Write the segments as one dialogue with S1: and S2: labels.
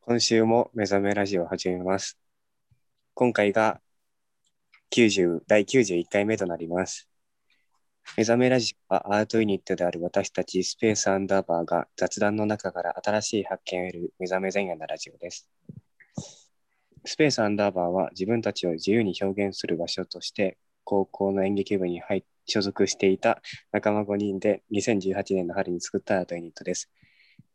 S1: 今週も目覚めラジオを始めます。今回が90第91回目となります。目覚めラジオはアートユニットである私たちスペースアンダーバーが雑談の中から新しい発見を得る目覚め前夜なラジオです。スペースアンダーバーは自分たちを自由に表現する場所として高校の演劇部に入っ所属していた仲間5人で2018年の春に作ったアートユニットです。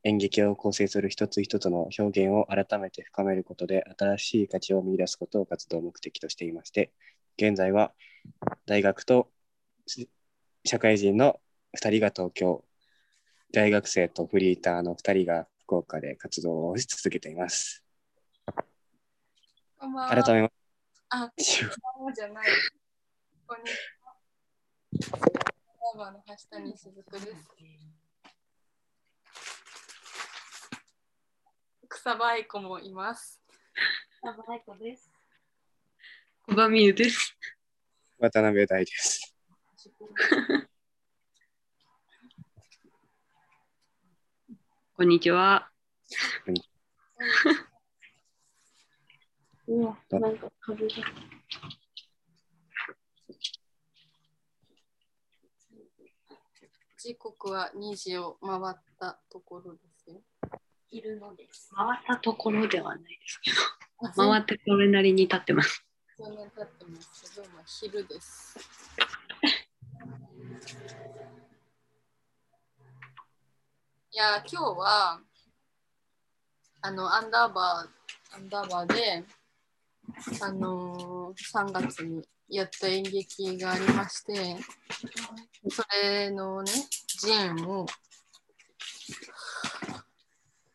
S1: 演劇を構成する一つ一つの表現を改めて深めることで新しい価値を見出すことを活動目的としていまして現在は大学とし社会人の2人が東京大学生とフリーターの2人が福岡で活動をし続けています
S2: こんばんは。
S1: 改めま
S2: あ、
S1: して
S2: こんばんはじゃない。こんにちは。ラバーの橋谷鈴子です。草場愛子もいます。
S3: サバライコです。
S4: 小場美優です。
S1: 渡辺大です
S4: こんに ちは。
S3: うわ、なんか風が。
S2: 時刻は2時を回ったところですよ。
S3: いるのです。
S4: 回ったところではないですけ
S2: あ
S4: ど、回ってこれなりに立ってます。
S2: そんな経ってますけど、まあ、昼です。いやー、今日は、あの、アンダーバー、アンダーバーで、あのー、3月にやった演劇がありまして、それのね、ジンを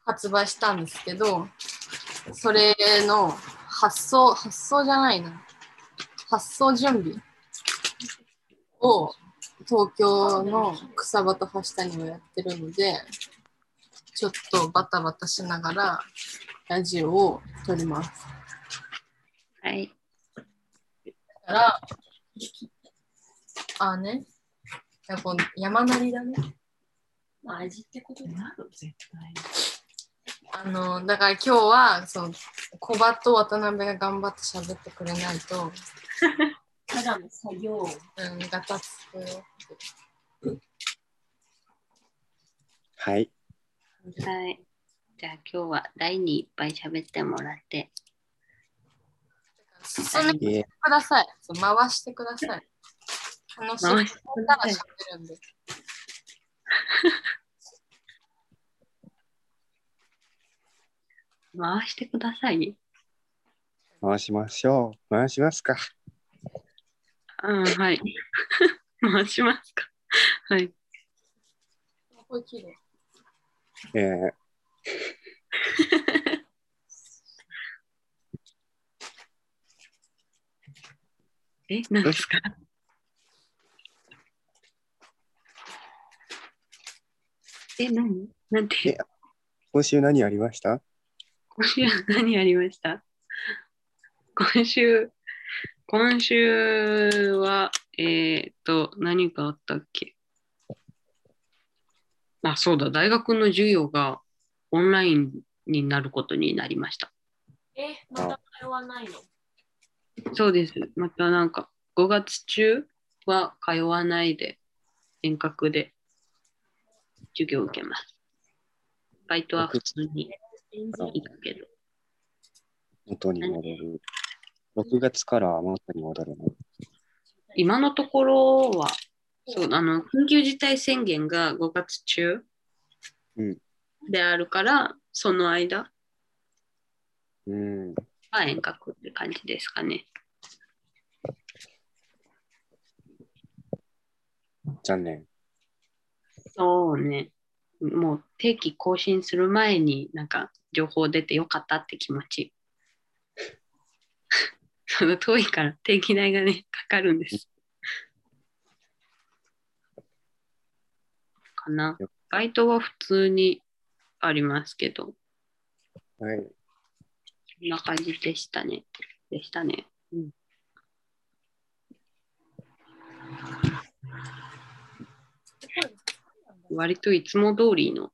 S2: 発売したんですけど、それの発送、発送じゃないな。発送準備を東京の草場と橋谷をやってるので、ちょっとバタバタしながらラジオを撮ります。
S4: はい。
S2: だから、あーね、いやこの山なりだね。
S3: まあ、味ってことだ。
S2: あのだから今日はそう小葉と渡辺が頑張って喋ってくれないと、うん、
S3: ただの作業。
S2: ガタつくよ。
S1: はい
S4: はい。じゃあ今日は台にいっぱい喋ってもらって。
S2: 進めて
S1: いえ
S2: ください。そう回してください。楽しい。
S4: 回してください
S2: 喋るんで。
S4: 回してください。
S1: 回しましょう回しますか
S4: うん、はい。 回しますか。はい。
S2: これ綺麗。
S1: えー
S4: え、何ですかえ、何なん
S1: え
S4: て、
S1: 今週何ありました
S4: 今週は何やりました今週、今週は、えーっと、何があったっけあ、そうだ、大学の授業がオンラインになることになりました。
S3: え、また通わないの
S4: そうです。またなんか、5月中は通わないで、遠隔で授業を受けます。バイトは普通に
S3: 全
S1: 然
S3: 然。
S4: 行くけど。
S1: 元に戻る6月からは元に戻るの
S4: 今のところは、そうあの緊急事態宣言が5月中
S1: うん
S4: であるから、その間
S1: うん
S4: は遠隔って感じですかね。
S1: 残念
S4: そうね。もう定期更新する前になんか情報出てよかったって気持ち。その遠いから定期代がね、かかるんです。かな。バイトは普通にありますけど。
S1: はい
S4: こんな感じでしたね。でしたね。うん。割といつも通りの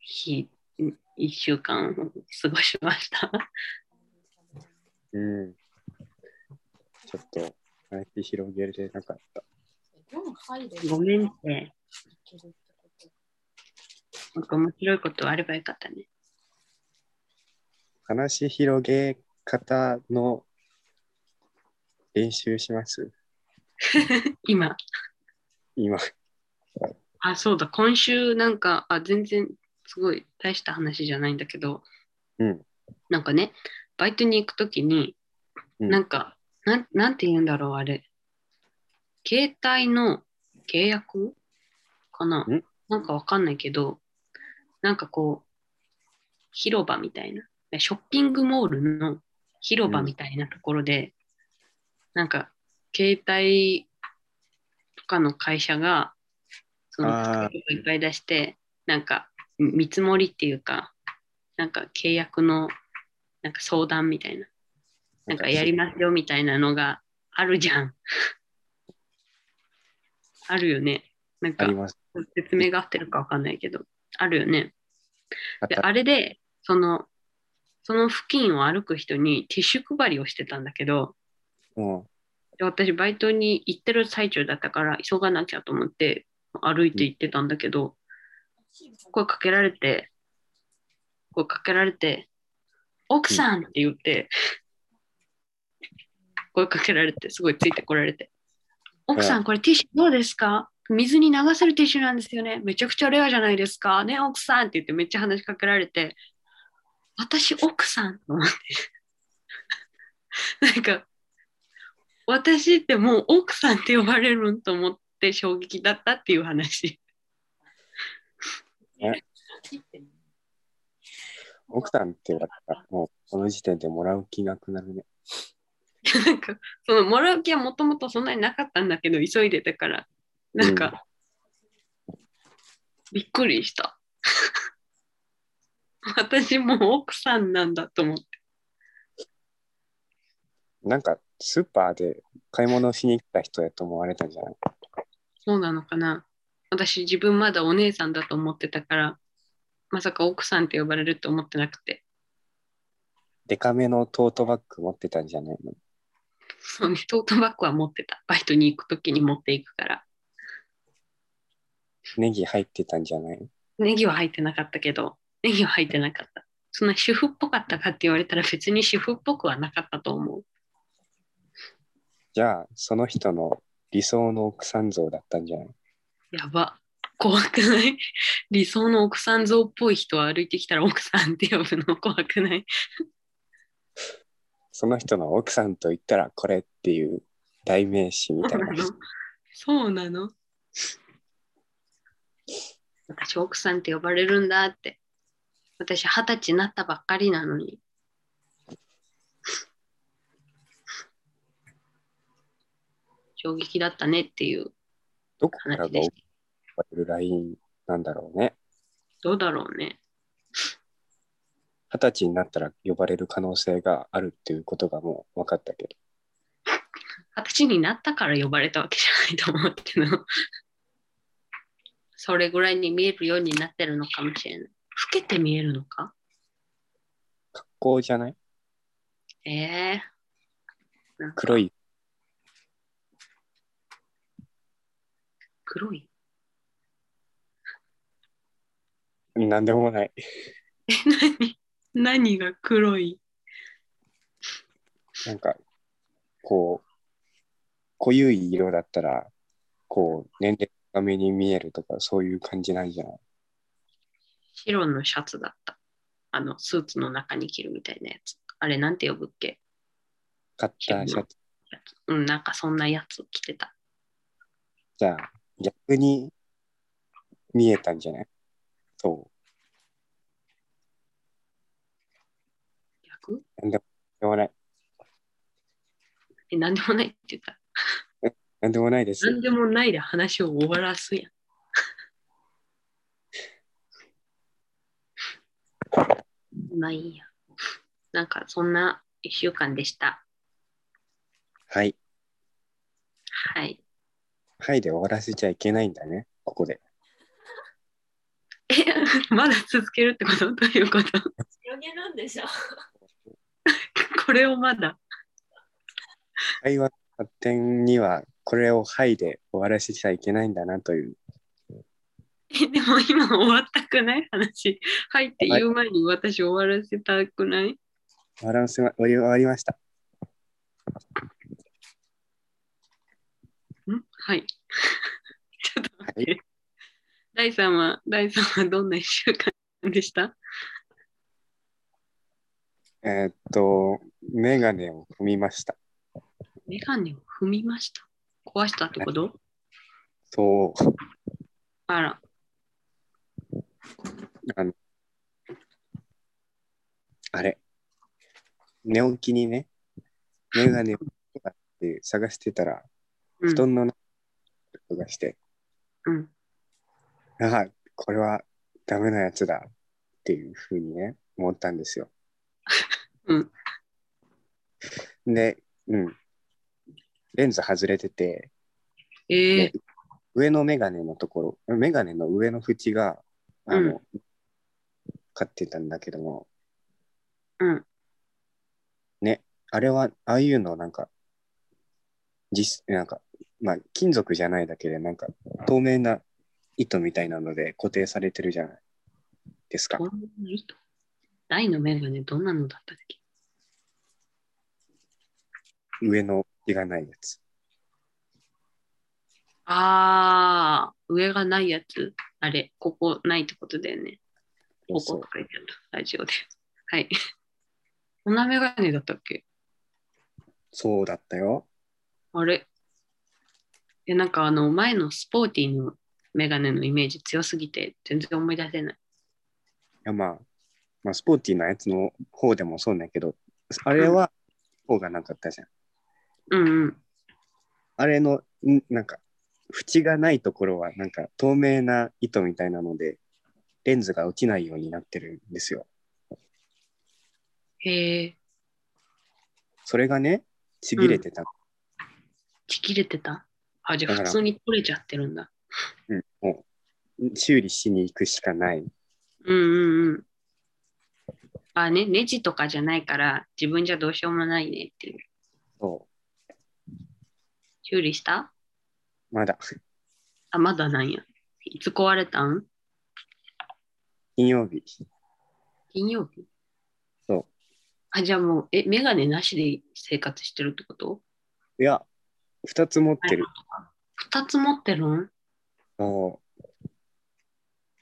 S4: 日1週間過ごしました。
S1: うん。ちょっと、話広げれなかった。
S2: 4入れ
S4: 5年生、
S2: けるってこと
S4: なんか面白いことあればよかったね。
S1: 話広げ方の練習します
S4: 今、
S1: 今。
S4: あ、そうだ、今週なんか、あ、全然すごい大した話じゃないんだけど、
S1: うん。
S4: なんかね、バイトに行くときに、
S1: うん
S4: なんか、なん、なんて言うんだろう、あれ。携帯の契約かなんなんかわかんないけど、なんかこう、広場みたいな、ショッピングモールの広場みたいなところで、なんか、携帯とかの会社が、その、
S1: あー
S4: いっぱい出して、なんか、見積もりっていうか、なんか契約のなんか相談みたいな、なんかやりますよみたいなのがあるじゃん。 あるよね。なん
S1: あ
S4: か
S1: ります。
S4: 説明が合ってるかわかんないけど、あるよね。
S1: あ
S4: で、
S1: た
S4: あれで、その、その付近を歩く人にティッシュ配りをしてたんだけど、
S1: も
S4: で私バイトに行ってる最中だったから急がなきゃと思って歩いて行ってたんだけど、声かけられて、声かけられて、奥さんって言って、声かけられて、すごいついてこられて、奥さん、これティッシュどうですか水に流せるティッシュなんですよね。めちゃくちゃレアじゃないですか。ね、奥さんって言ってめっちゃ話しかけられて、私、奥さんと思って。なんか、私ってもう奥さんって呼ばれるんと思って衝撃だったっていう話。
S1: う奥さんって言われたら、もうこの時点でもらう気なくなるね。
S4: なんか、そのもらう気はもともとそんなになかったんだけど、急いでたから、なんか、びっくりした。 私もう奥さんなんだと思って。
S1: なんか、スーパーで買い物しに来た人やと思われたんじゃない
S4: そうなのかな。私、自分まだお姉さんだと思ってたから、まさか奥さんって呼ばれると思ってなくて。
S1: デカめのトートバッグ持ってたんじゃないの
S4: そうね、トートバッグは持ってた。バイトに行くときに持っていくから。
S1: ネギ入ってたんじゃない
S4: ネギは入ってなかったけど、ネギは入ってなかった。そんな主婦っぽかったかって言われたら別に主婦っぽくはなかったと思う。
S1: じゃあ、その人の理想の奥さん像だったんじゃない
S4: やば。怖くない 理想の奥さん像っぽい人は歩いてきたら奥さんって呼ぶの怖くない
S1: その人の奥さんと言ったらこれっていう代名詞みた いな人。
S4: そうなの私奥さんって呼ばれるんだって。私二十歳になったばっかりなのに。 衝撃だったねっていう
S1: どこから
S4: 話
S1: が
S4: でし
S1: 置
S4: た。
S1: かれるラインなんだろうね。
S4: どうだろうね。
S1: 二十歳になったら呼ばれる可能性があるっていうことがもう分かったけど。
S4: 二十歳になったから呼ばれたわけじゃないと思うけど、 それぐらいに見えるようになってるのかもしれない。老けて見えるのか
S1: 格好じゃない
S4: ええなんか
S1: 黒い
S4: 黒い
S1: なんでもない。
S4: え、 何何が黒い
S1: なんか、こう、濃ゆい色だったら、こう、年齢が目に見えるとか、そういう感じなんじゃない
S4: 白のシャツだった。あの、スーツの中に着るみたいなやつ。あれ、なんて呼ぶっけ
S1: カッターシャツ。
S4: うん、なんかそんなやつ着てた。
S1: じゃあ、逆に見えたんじゃないそ
S4: 逆
S1: う。なんでもない。
S4: え、なんでもないって言った。
S1: なんでもないです。
S4: なんでもないで話を終わらすやん。まあいいや。なんかそんな一週間でした。
S1: はい。
S4: はい。
S1: はいで終わらせちゃいけないんだね、ここで。
S4: えまだ続けるってことどういうこ
S3: 広
S4: と
S3: げるんでしょ。
S4: これをまだ。
S1: 会話の発展にはこれを「はい」で終わらせちゃいけないんだなという
S4: えでも今終わったくない話。はいって言う前に私終わらせたくない
S1: 終わらせま終わりました
S4: んはい。 ちょっと待って。第3話、第3話どんな1週間でした
S1: えーっとメガネを踏みました
S4: メガネを踏みました。壊したってこと
S1: そう
S4: あら、
S1: あのあれ寝起きにねメガネを って探してたら
S4: う
S1: 布
S4: ん、
S1: 団の中に音がして、
S4: うん
S1: ああこれはダメなやつだっていうふうにね思ったんですよ。
S4: うん
S1: で、うん、レンズ外れてて
S4: え
S1: ね
S4: え
S1: 上のメガネのところメガネの上の縁があの、買ってたんだけども
S4: うん。
S1: あれはああいうのなんか実なんかまあ金属じゃないだけでなんか透明な糸みたいなので固定されてるじゃないですか
S4: こ。んな糸大のメガネどんなのだったっけ
S1: 上の毛がないやつ。
S4: ああ、上がないやつ。あれ、ここないってことだよね。こ
S1: そ
S4: こ
S1: う
S4: とか言っちゃった、ラジオで。はい。こんなメガネだったっけ
S1: そうだったよ。
S4: あれえ、なんかあの、前のスポーティーのメガネのイメージ強すぎて、全然思い出せない。
S1: いやまあ、まあ、スポーティーなやつの方でもそうだけど、あれは方がなかったじゃん。
S4: うんうん。
S1: あれの、んなんか、縁がないところは、なんか透明な糸みたいなので、レンズが落ちないようになってるんですよ。
S4: へえ、
S1: それがね、ちぎれてた。
S4: ちぎれてたあ、じゃあ
S1: だか
S4: 普
S1: ら
S4: 通に取れちゃってるんだ。
S1: うん、もう、修理しに行くしかない。
S4: うんうんうん。あね、ネジとかじゃないから、自分じゃどうしようもないねっていう。
S1: そ
S4: 修理した
S1: う、まだ、
S4: あ、まだなんや。いつ壊れたん
S1: 金曜日。
S4: 金曜日
S1: そう。
S4: あ、じゃあもう、え、メガネなしで生活してるってこと
S1: いや、2つ持ってる。
S4: 二つ持ってるん
S1: そ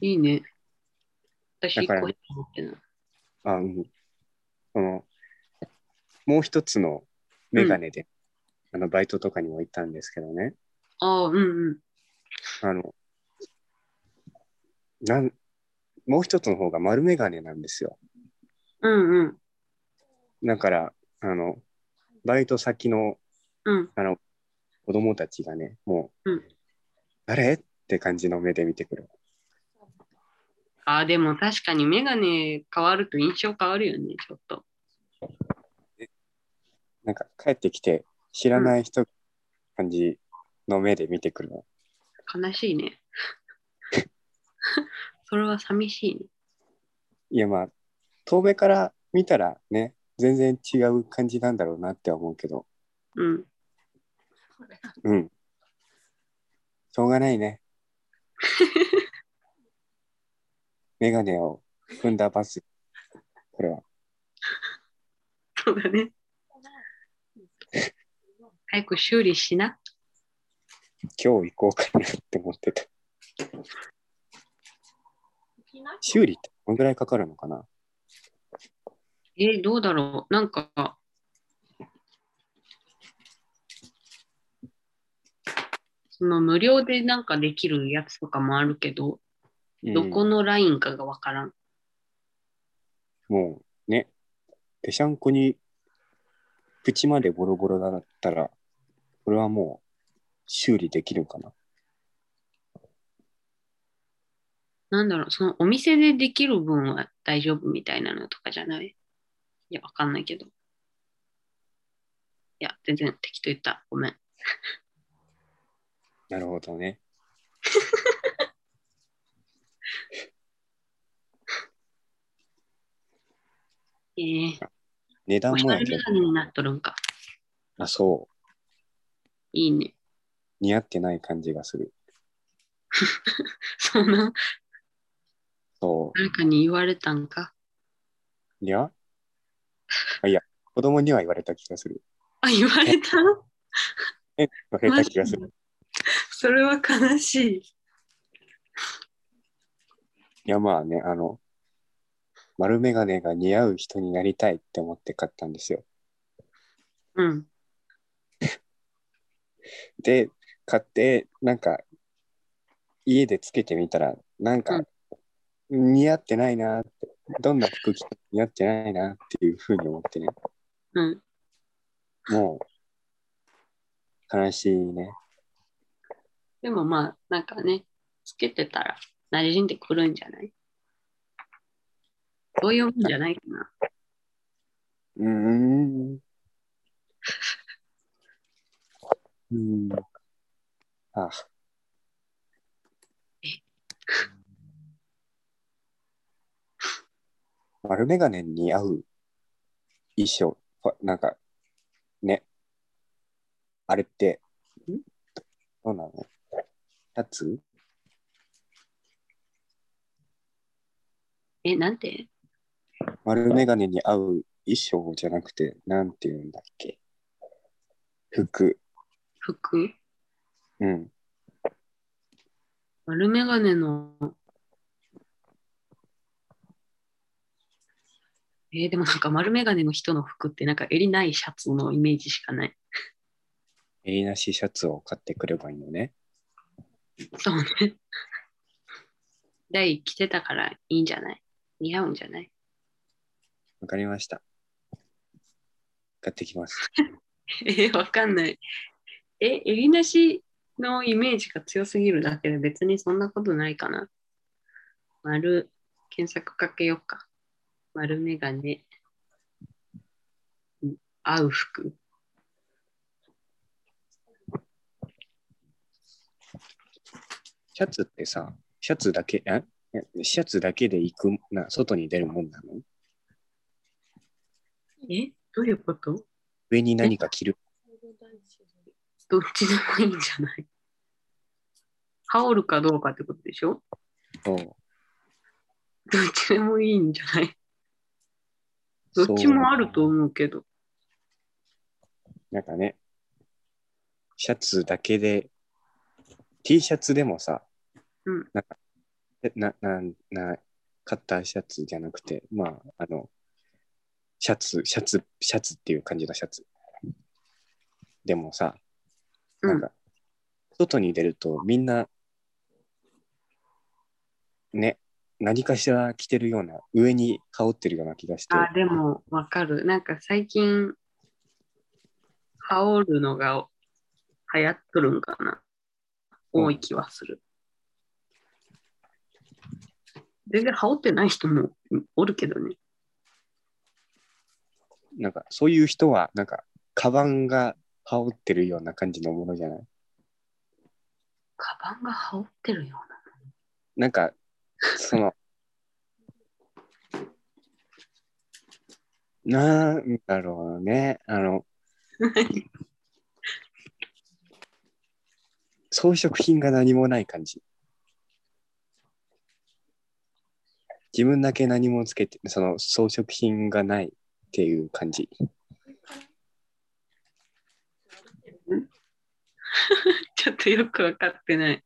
S4: いいね。私、
S1: だ
S4: 一
S1: から
S4: 個しか持ってない。
S1: う、あ、うん。その、もう一つのメガネで、あの、バイトとかにも行ったんですけどね。
S4: ああ、うんうん。
S1: あの、なん、もう一つの方が丸メガネなんですよ。
S4: うんうん。
S1: だから、あの、バイト先の
S4: うん。
S1: あの子供たちがね、もう、
S4: うん
S1: 誰って感じの目で見てくる。
S4: ああ、でも確かにメガネ変わると印象変わるよね、ちょっと。
S1: なんか帰ってきて知らない人感じの目で見てくるの。
S4: 悲し いね。それは寂しいね。
S1: いやまあ、遠目から見たらね、全然違う感じなんだろうなって思うけど、
S4: うん。
S1: うん。しょうがない ね。メガネを踏んだバス。これは。
S4: そうだね。早く修理しな。
S1: 今日行こうかなって思ってた。
S3: 沖縄
S1: 修理ってどのぐらいかかるのかな
S4: えーどうだろうなんか、その無料でなんかできるやつとかもあるけど、どこのラインかがわからん。
S1: うんもうね、ぺしゃんこに口までボロボロだったら、これはもう修理できるかな。
S4: なんだろう、そのお店でできる分は大丈夫みたいなのとかじゃないいや、わかんないけど。いや、全然適当言った。ごめん。
S1: なるほどね。
S4: ええ
S1: 値段
S4: おし
S1: も
S4: ゃ
S1: や
S4: れ
S1: け
S4: メ
S1: ど。
S4: ガネになっとるんか。
S1: あ、そう。
S4: いいね。
S1: 似合ってない感じがする。
S4: そんな、
S1: そ
S4: 誰かに言われたんか。
S1: う。いやあいや、子供には言われた気がする。
S4: あ、言われた
S1: 言われた気がする。
S4: それは悲しい。
S1: いや、まあね、あの、丸眼鏡が似合う人になりたいって思って買ったんですよ。
S4: うん。
S1: で、買って、なんか、家でつけてみたら、なんか、似合ってないなって、どんな服着ても似合ってないなっていうふうに思ってね、
S4: うん。
S1: もう、悲しいね。
S4: でもまあ、なんかね、つけてたら、馴染んでくるんじゃないそういうもんじゃないかな。
S1: うーん。うーん。ああ
S4: え。
S1: 丸眼鏡に合う衣装、ほなんか、ね。あれって、
S4: ん
S1: どうなのシャツ
S4: え、なんて
S1: 丸眼鏡に合う衣装じゃなくて、なんて言うんだっけ服。
S4: 服
S1: うん。
S4: 丸メガネの。えーでもなんか丸メガネの人の服ってなんか襟ないシャツのイメージしかない。
S1: 襟なしシャツを買ってくればいいのね。
S4: そうね。 大着てたからいいんじゃない似合うんじゃない
S1: わかりました。買ってきます。
S4: えーわかんない。え、襟なしのイメージが強すぎるだけで別にそんなことないかな。丸、検索かけようか。丸メガネ。うん合う服。
S1: シャツってさ、シャツだけ、あえシャツだけで行くな、外に出るもんなの
S4: えどういうこと
S1: 上に何か着る。
S4: どっちでもいいんじゃない羽織るかどうかってことでしょ
S1: そ
S4: どっちでもいいんじゃないうどっちもあると思うけど。
S1: なんかね、シャツだけで、T シャツでもさ、
S4: うん
S1: なんか、えな、なん、な、カッターシャツじゃなくて、まあ、あの、シャツ、シャツ、シャツっていう感じのシャツ。でもさ、
S4: うん
S1: なんか、外に出るとみんな、ね、何かしら着てるような、上に羽織ってるような気がして、
S4: あ、でもわかる。なんか最近、羽織るのが流行っとるんかな。
S1: うん
S4: 多い気はする。全然羽織ってない人もおるけどね。
S1: なんか、そういう人は、なんか、カバンが羽織ってるような感じのものじゃない
S4: カバンが羽織ってるような。
S1: なんか、その、なんだろうね、あの、装飾品が何もない感じ。自分だけ何もつけて、その装飾品がないっていう感じ。
S4: ちょっとよくわかってない。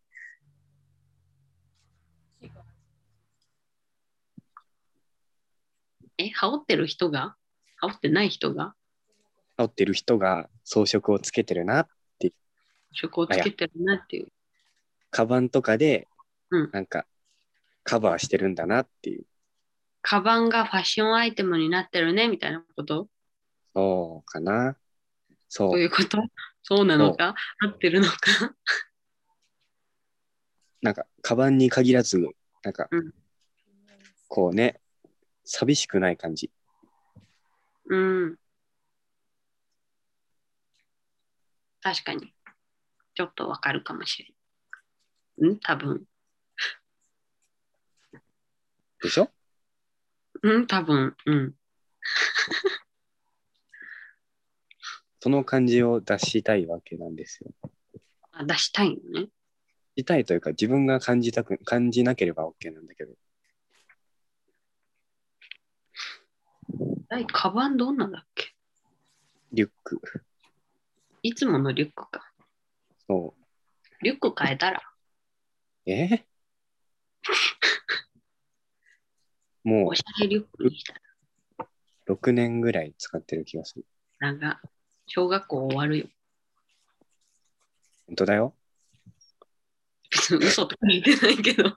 S4: え、羽織ってる人が羽織ってない人が
S1: 羽織ってる人が装飾をつけてるな。
S4: 職をつけてるなっていう。
S1: カバンとかで
S4: うん、
S1: なんか、カバーしてるんだなっていう。
S4: カバンがファッションアイテムになってるねみたいなこと
S1: そうかな。そう
S4: そう。いうことそうなのか合ってるのか
S1: なんか、カバンに限らず、なんか、
S4: うん
S1: こうね、寂しくない感じ。
S4: うん。確かに。ちょっとわかるかもしれん。ん多分。
S1: でしょ
S4: うん多分。うん。
S1: その感じを出したいわけなんですよ。
S4: あ出したいのね。
S1: 出したいというか、自分が感じたく、感じなければ OK なんだけど、
S4: 第カバンどんなんだっけ
S1: リュック。
S4: いつものリュックか。
S1: そ
S4: リュック変えたら、
S1: う。 えも
S4: おしゃれリュックにした
S1: う6年ぐらい使ってる気がする。
S4: ら、なんか、小学校終わるよ。
S1: 本当だよ。
S4: 別に嘘とか言ってないけど。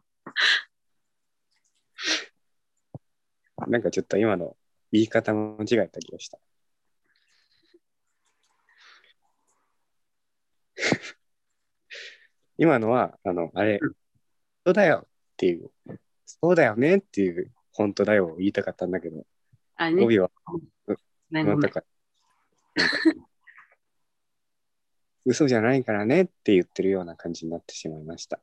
S1: なんかちょっと今の言い方も間違えた気がした。 今のは、あの、あれ、
S4: う
S1: そうだよっていう、そうだよねっていう、本当だよを言いたかったんだけど、
S4: あ、ね、
S1: 帯は
S4: ごめんご
S1: なん
S4: め
S1: だ
S4: ん
S1: か、なんか嘘じゃないからねって言ってるような感じになってしまいました。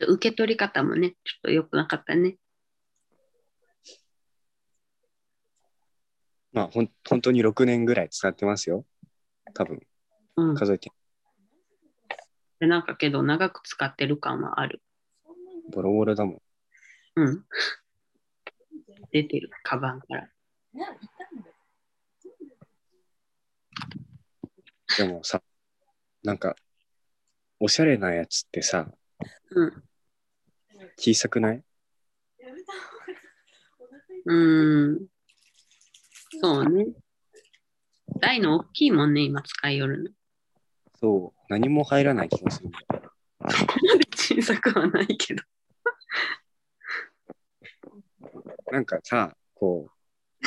S4: 受け取り方もね、ちょっと良くなかったね。
S1: まあ、ほん本当に6年ぐらい使ってますよ。多分、
S4: うん。
S1: 数えて、
S4: でなんかけど、長く使ってる感はある。
S1: ボロボロだもん。
S4: うん。出てる、カバンから。
S3: なんいたんだよ。
S1: でもさ、なんか、おしゃれなやつってさ、
S4: うん。
S1: 小さくない
S3: やめた方がお腹痛い。
S4: うん。そうね。台の大きいもんね、今使いよるの。
S1: そう、何も入らない気がするんだよ。
S4: 小さくはないけど。
S1: なんかさ、こう、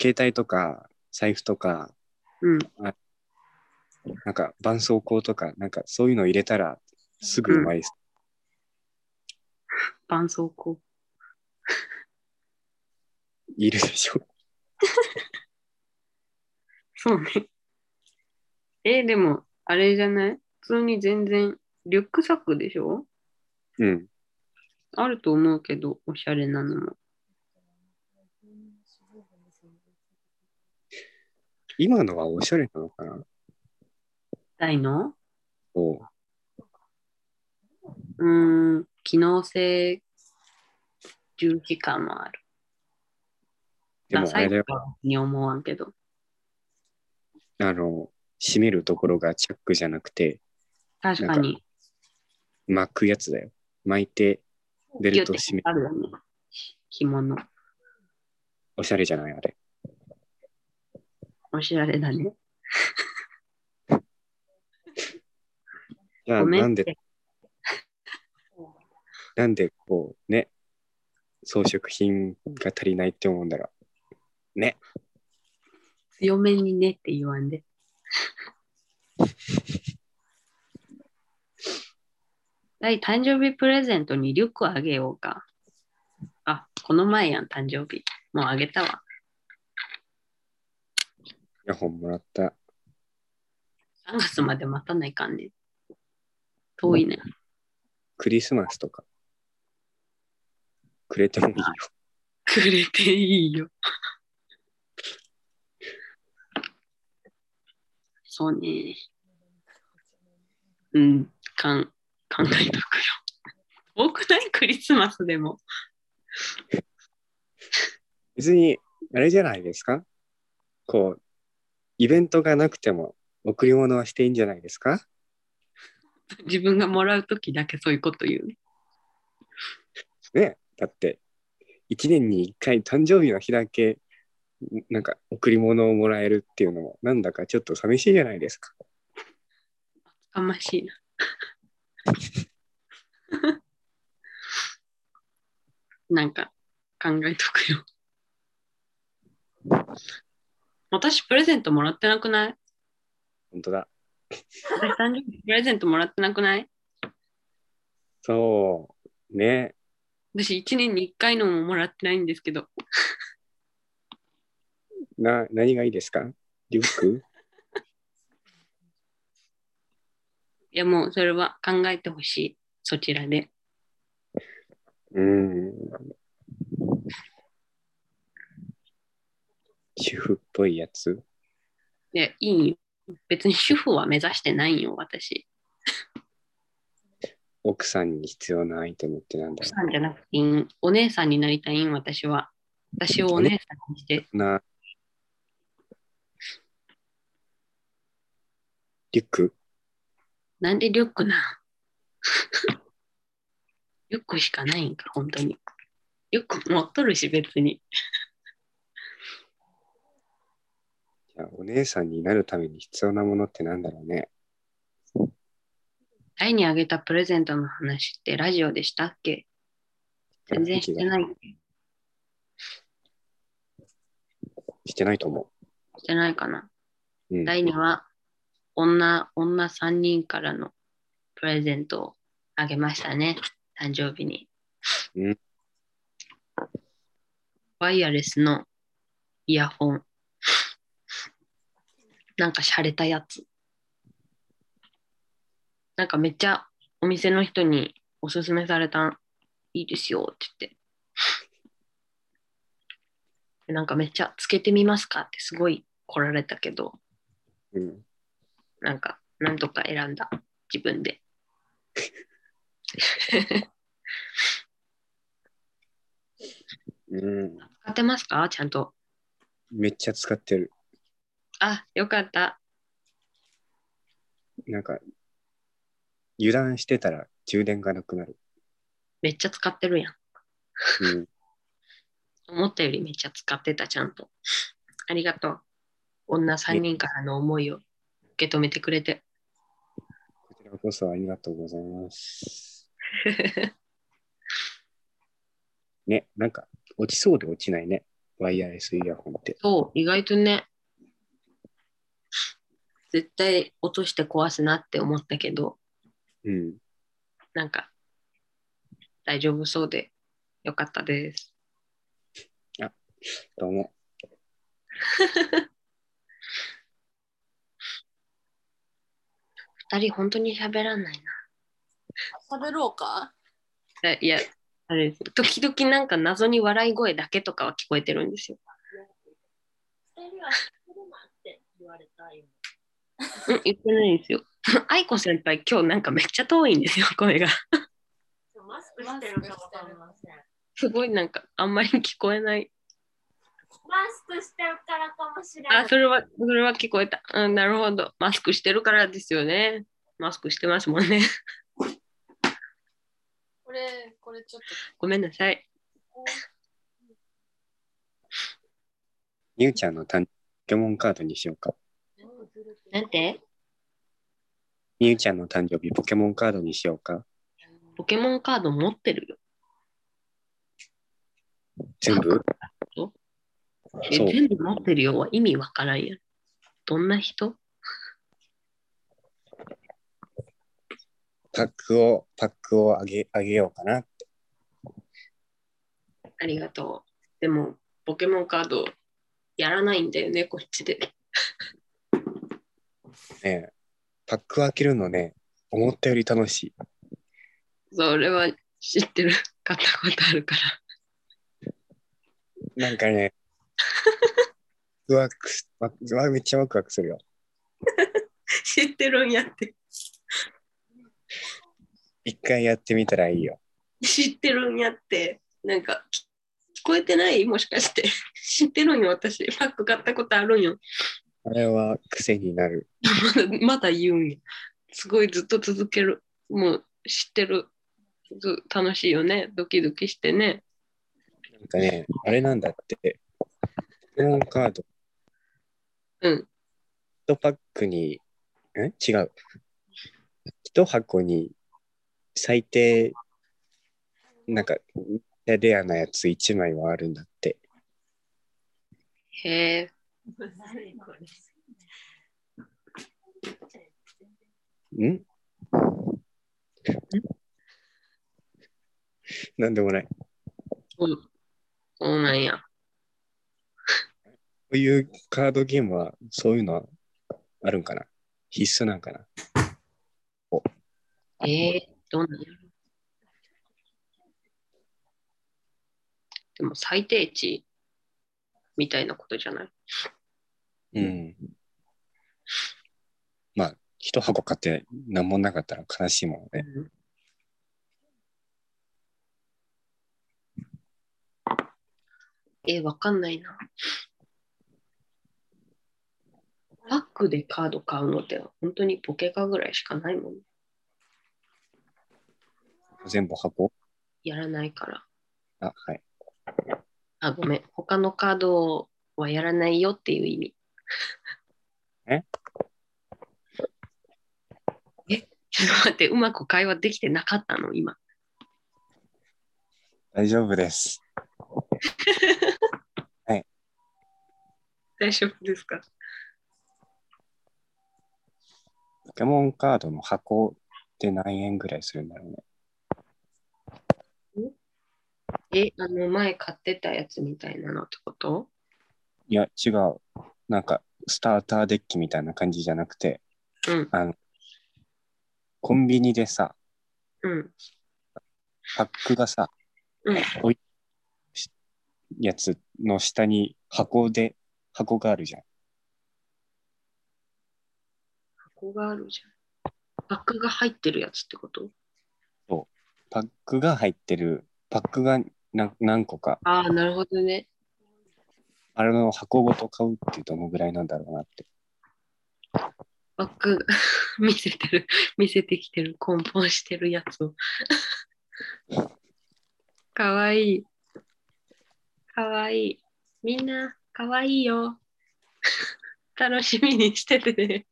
S1: 携帯とか、財布とか、
S4: うん。
S1: なんか、絆創膏とか、なんか、そういうの入れたら、すぐ埋まりそう、
S4: 絆創膏。
S1: いるでしょ。
S4: そうね。え、でも、あれじゃない普通に全然、リュックサックでしょ
S1: うん。
S4: あると思うけど、おしゃれなのも。
S1: 今のはおしゃれなのかな
S4: 台の
S1: そう
S4: ーん、機能性重視感もある。
S1: う。でも、あ
S4: サ
S1: れ
S4: イ
S1: だ
S4: ズ
S1: よ。
S4: は別に思わんけど。
S1: あの、閉めるところがチャックじゃなくて、
S4: 確かに。
S1: 巻くやつだよ。巻いて、ベ
S4: ギ
S1: ル
S4: ュッて
S1: トを閉め
S4: あるよね。紐の。
S1: おしゃれじゃないあれ。
S4: おしゃれだね。
S1: じゃあ
S4: ごめ
S1: なん
S4: っ
S1: んで、
S4: て。
S1: なんでこうね、装飾品が足りないって思うんだろ
S4: 強めにねって言わ んで。第誕生日プレゼントにリュックあげようか。あ、この前やん、誕生日。もうあげたわ。
S1: う。イヤホンもらった。
S4: 3月まで待たないかんね。遠いね。
S1: クリスマスとか。くれてもいいよ。
S4: くれていいよ。そうね。うん、かん考えとくよ。多くないクリスマスでも。
S1: 別に、あれじゃないですかこう、イベントがなくても贈り物はしていいんじゃないですか
S4: 自分がもらう時だけそういうこと言うね。
S1: ねだって、1年に1回誕生日の日だけ、なんか贈り物をもらえるっていうのも、なんだかちょっと寂しいじゃないですか。
S4: あんましいな。 なんか考えとくよ。私プレゼントもらってなくない
S1: 本当だ。
S4: 私誕生日プレゼントもらってなくない
S1: そう。ね。
S4: 私1年に1回のももらってないんですけど、
S1: な、何がいいですかリュック
S4: いやもうそれは考えてほしい。そちらで。
S1: うん。主婦っぽいやつ。
S4: いや、いいよ。別に主婦は目指してないよ、私。
S1: 奥さんに必要なアイテムってなんだろ
S4: 奥さんじゃなくていいんお姉さんになりたいん、私は。私をお姉さんにして。
S1: うな。リュック
S4: なんでリュックなん リュックしかないんか、本当に。リュック持っとるし、別に。
S1: いやお姉さんになるために必要なものってなんだろうね。
S4: 愛にあげたプレゼントの話ってラジオでしたっけ全然してない。
S1: してないと思
S4: してないかな。
S1: う。うん、
S4: 第2は、女、女3人からのプレゼントをあげましたね。誕生日に。
S1: うん
S4: ワイヤレスのイヤホン。なんか洒落たやつ。なんかめっちゃお店の人におすすめされたんいいですよって言って。でなんかめっちゃつけてみますかってすごい来られたけど、
S1: うん、
S4: なんか、なんとか選んだ、自分で。
S1: うん。
S4: 使ってますかちゃんと。
S1: めっちゃ使ってる。
S4: あ、よかった。
S1: なんか、油断してたら充電がなくなる。
S4: めっちゃ使ってるやん。
S1: うん、
S4: 思ったよりめっちゃ使ってた、ちゃんと。ありがとう。女3人からの思いを受け止めてくれて。
S1: こちらこそありがとうございます。ね、なんか、落ちそうで落ちないね。ワイヤレスイヤホンって。
S4: そう、意外とね、絶対落として壊すなって思ったけど、
S1: うん。
S4: なんか、大丈夫そうでよかったです。
S1: どうも。
S4: 2人、本当に喋らないな
S2: 喋ろうか。
S4: えいや、あれです、時々なんか謎に笑い声だけとかは聞こえてるんですよ。
S3: 二人はそれもあって言われたい。
S4: うん、言ってないん ですよ。愛子先輩、今日なんかめっちゃ遠いんですよ、声が。
S3: マスクしてるかわかりません。
S4: すごいなんかあんまり聞こえない。
S3: マスクしてるからかもしれない。
S4: あ、それは、それは聞こえた。うん、なるほど。マスクしてるからですよね。マスクしてますもんね。
S2: これ、これちょっ
S4: ごめんなさい。
S1: ゆうちゃんの誕ポケモンカードにしようか。
S4: なんて
S1: ゆうちゃんの誕生日ポケモンカードにしようか。
S4: ポケモンカード持ってるよ。
S1: 全部
S4: え
S1: そう
S4: 全部持ってるよは意味わからんやん。どんな人
S1: パックを、パックをあげ、あげようかな。
S4: ありがとう。でも、ポケモンカードやらないんだよね、こっちで。
S1: ねパックを開けるのね、思ったより楽しい。
S4: それは知って る。買ったことあるから。
S1: なんかね、ワクワク、わめっちゃワクワクするよ。
S4: 知ってるんやって。
S1: 一回やってみたらいいよ。
S4: 知ってるんやって。なんか、き聞こえてないもしかして。知ってるんよ、私。パック買ったことあるんよ。
S1: あれは癖になる。
S4: まだまだ言うんや。すごいずっと続ける。もう知ってる。ず楽しいよね。ドキドキしてね。
S1: なんかね、あれなんだって。ポケモンカード。
S4: うん。
S1: 一パックに、ん違う。一箱に最低、なんか、レアなやつ1枚はあるんだって。
S4: へえ。
S3: 何これ。
S1: んなんでもない。こ
S4: そうそうなんや。
S1: ういうカードゲームは、そういうのはあるんかな必須なんかな
S4: ええどうなんやろでも最低値みたいなことじゃない
S1: うん。まあ、一箱買って何もなかったら悲しいもんね。
S4: うんえ、わかんないな。パックでカード買うのって、本当にポケカぐらいしかないもん。
S1: 全部箱
S4: やらないから。
S1: あ、はい。
S4: あ、ごめん。他のカードはやらないよっていう意味。
S1: え
S4: え、ちょっと待って、うまく会話できてなかったの、今。
S1: 大丈夫です。
S4: 大丈夫ですか
S1: ポケモンカードの箱って何円ぐらいするんだろうね。
S4: え、あの、前買ってたやつみたいなのってこと
S1: いや、違う。なんか、スターターデッキみたいな感じじゃなくて、
S4: うん、
S1: コンビニでさ、
S4: うん、
S1: パックがさ、
S4: うん
S1: おいしやつの下に箱で、箱があるじゃん。
S4: 箱があるじゃん。パックが入ってるやつってこと
S1: パックが入ってる、パックが何何個か、
S4: ああ、なるほどね。
S1: あれの箱ごと買うってどのぐらいなんだろうなって。
S4: バック 見せてる見せてきてる梱包してるやつを かわいいかわいいみんなかわいいよ 楽しみにしててね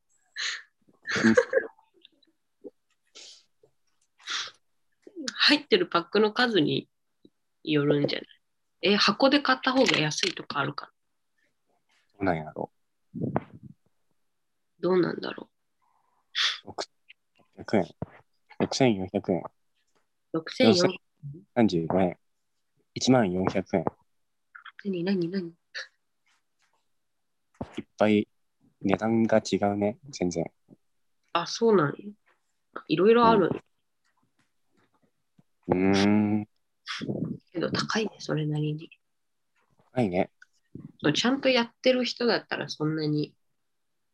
S4: 入ってるパックの数によるんじゃないえ箱で買った方が安いとかあるか
S1: ど
S4: な
S1: うなんやろ
S4: どうなんだろ
S1: う。100円。6400円。
S4: う6400
S1: 35円。1万400円。
S4: 何何何
S1: いっぱい値段が違うね、全然。
S4: あ、そうなんや。いろいろある
S1: うーん。
S4: けど、高いね、それなりに。
S1: はいね。
S4: そうちゃんとやってる人だったら、そんなに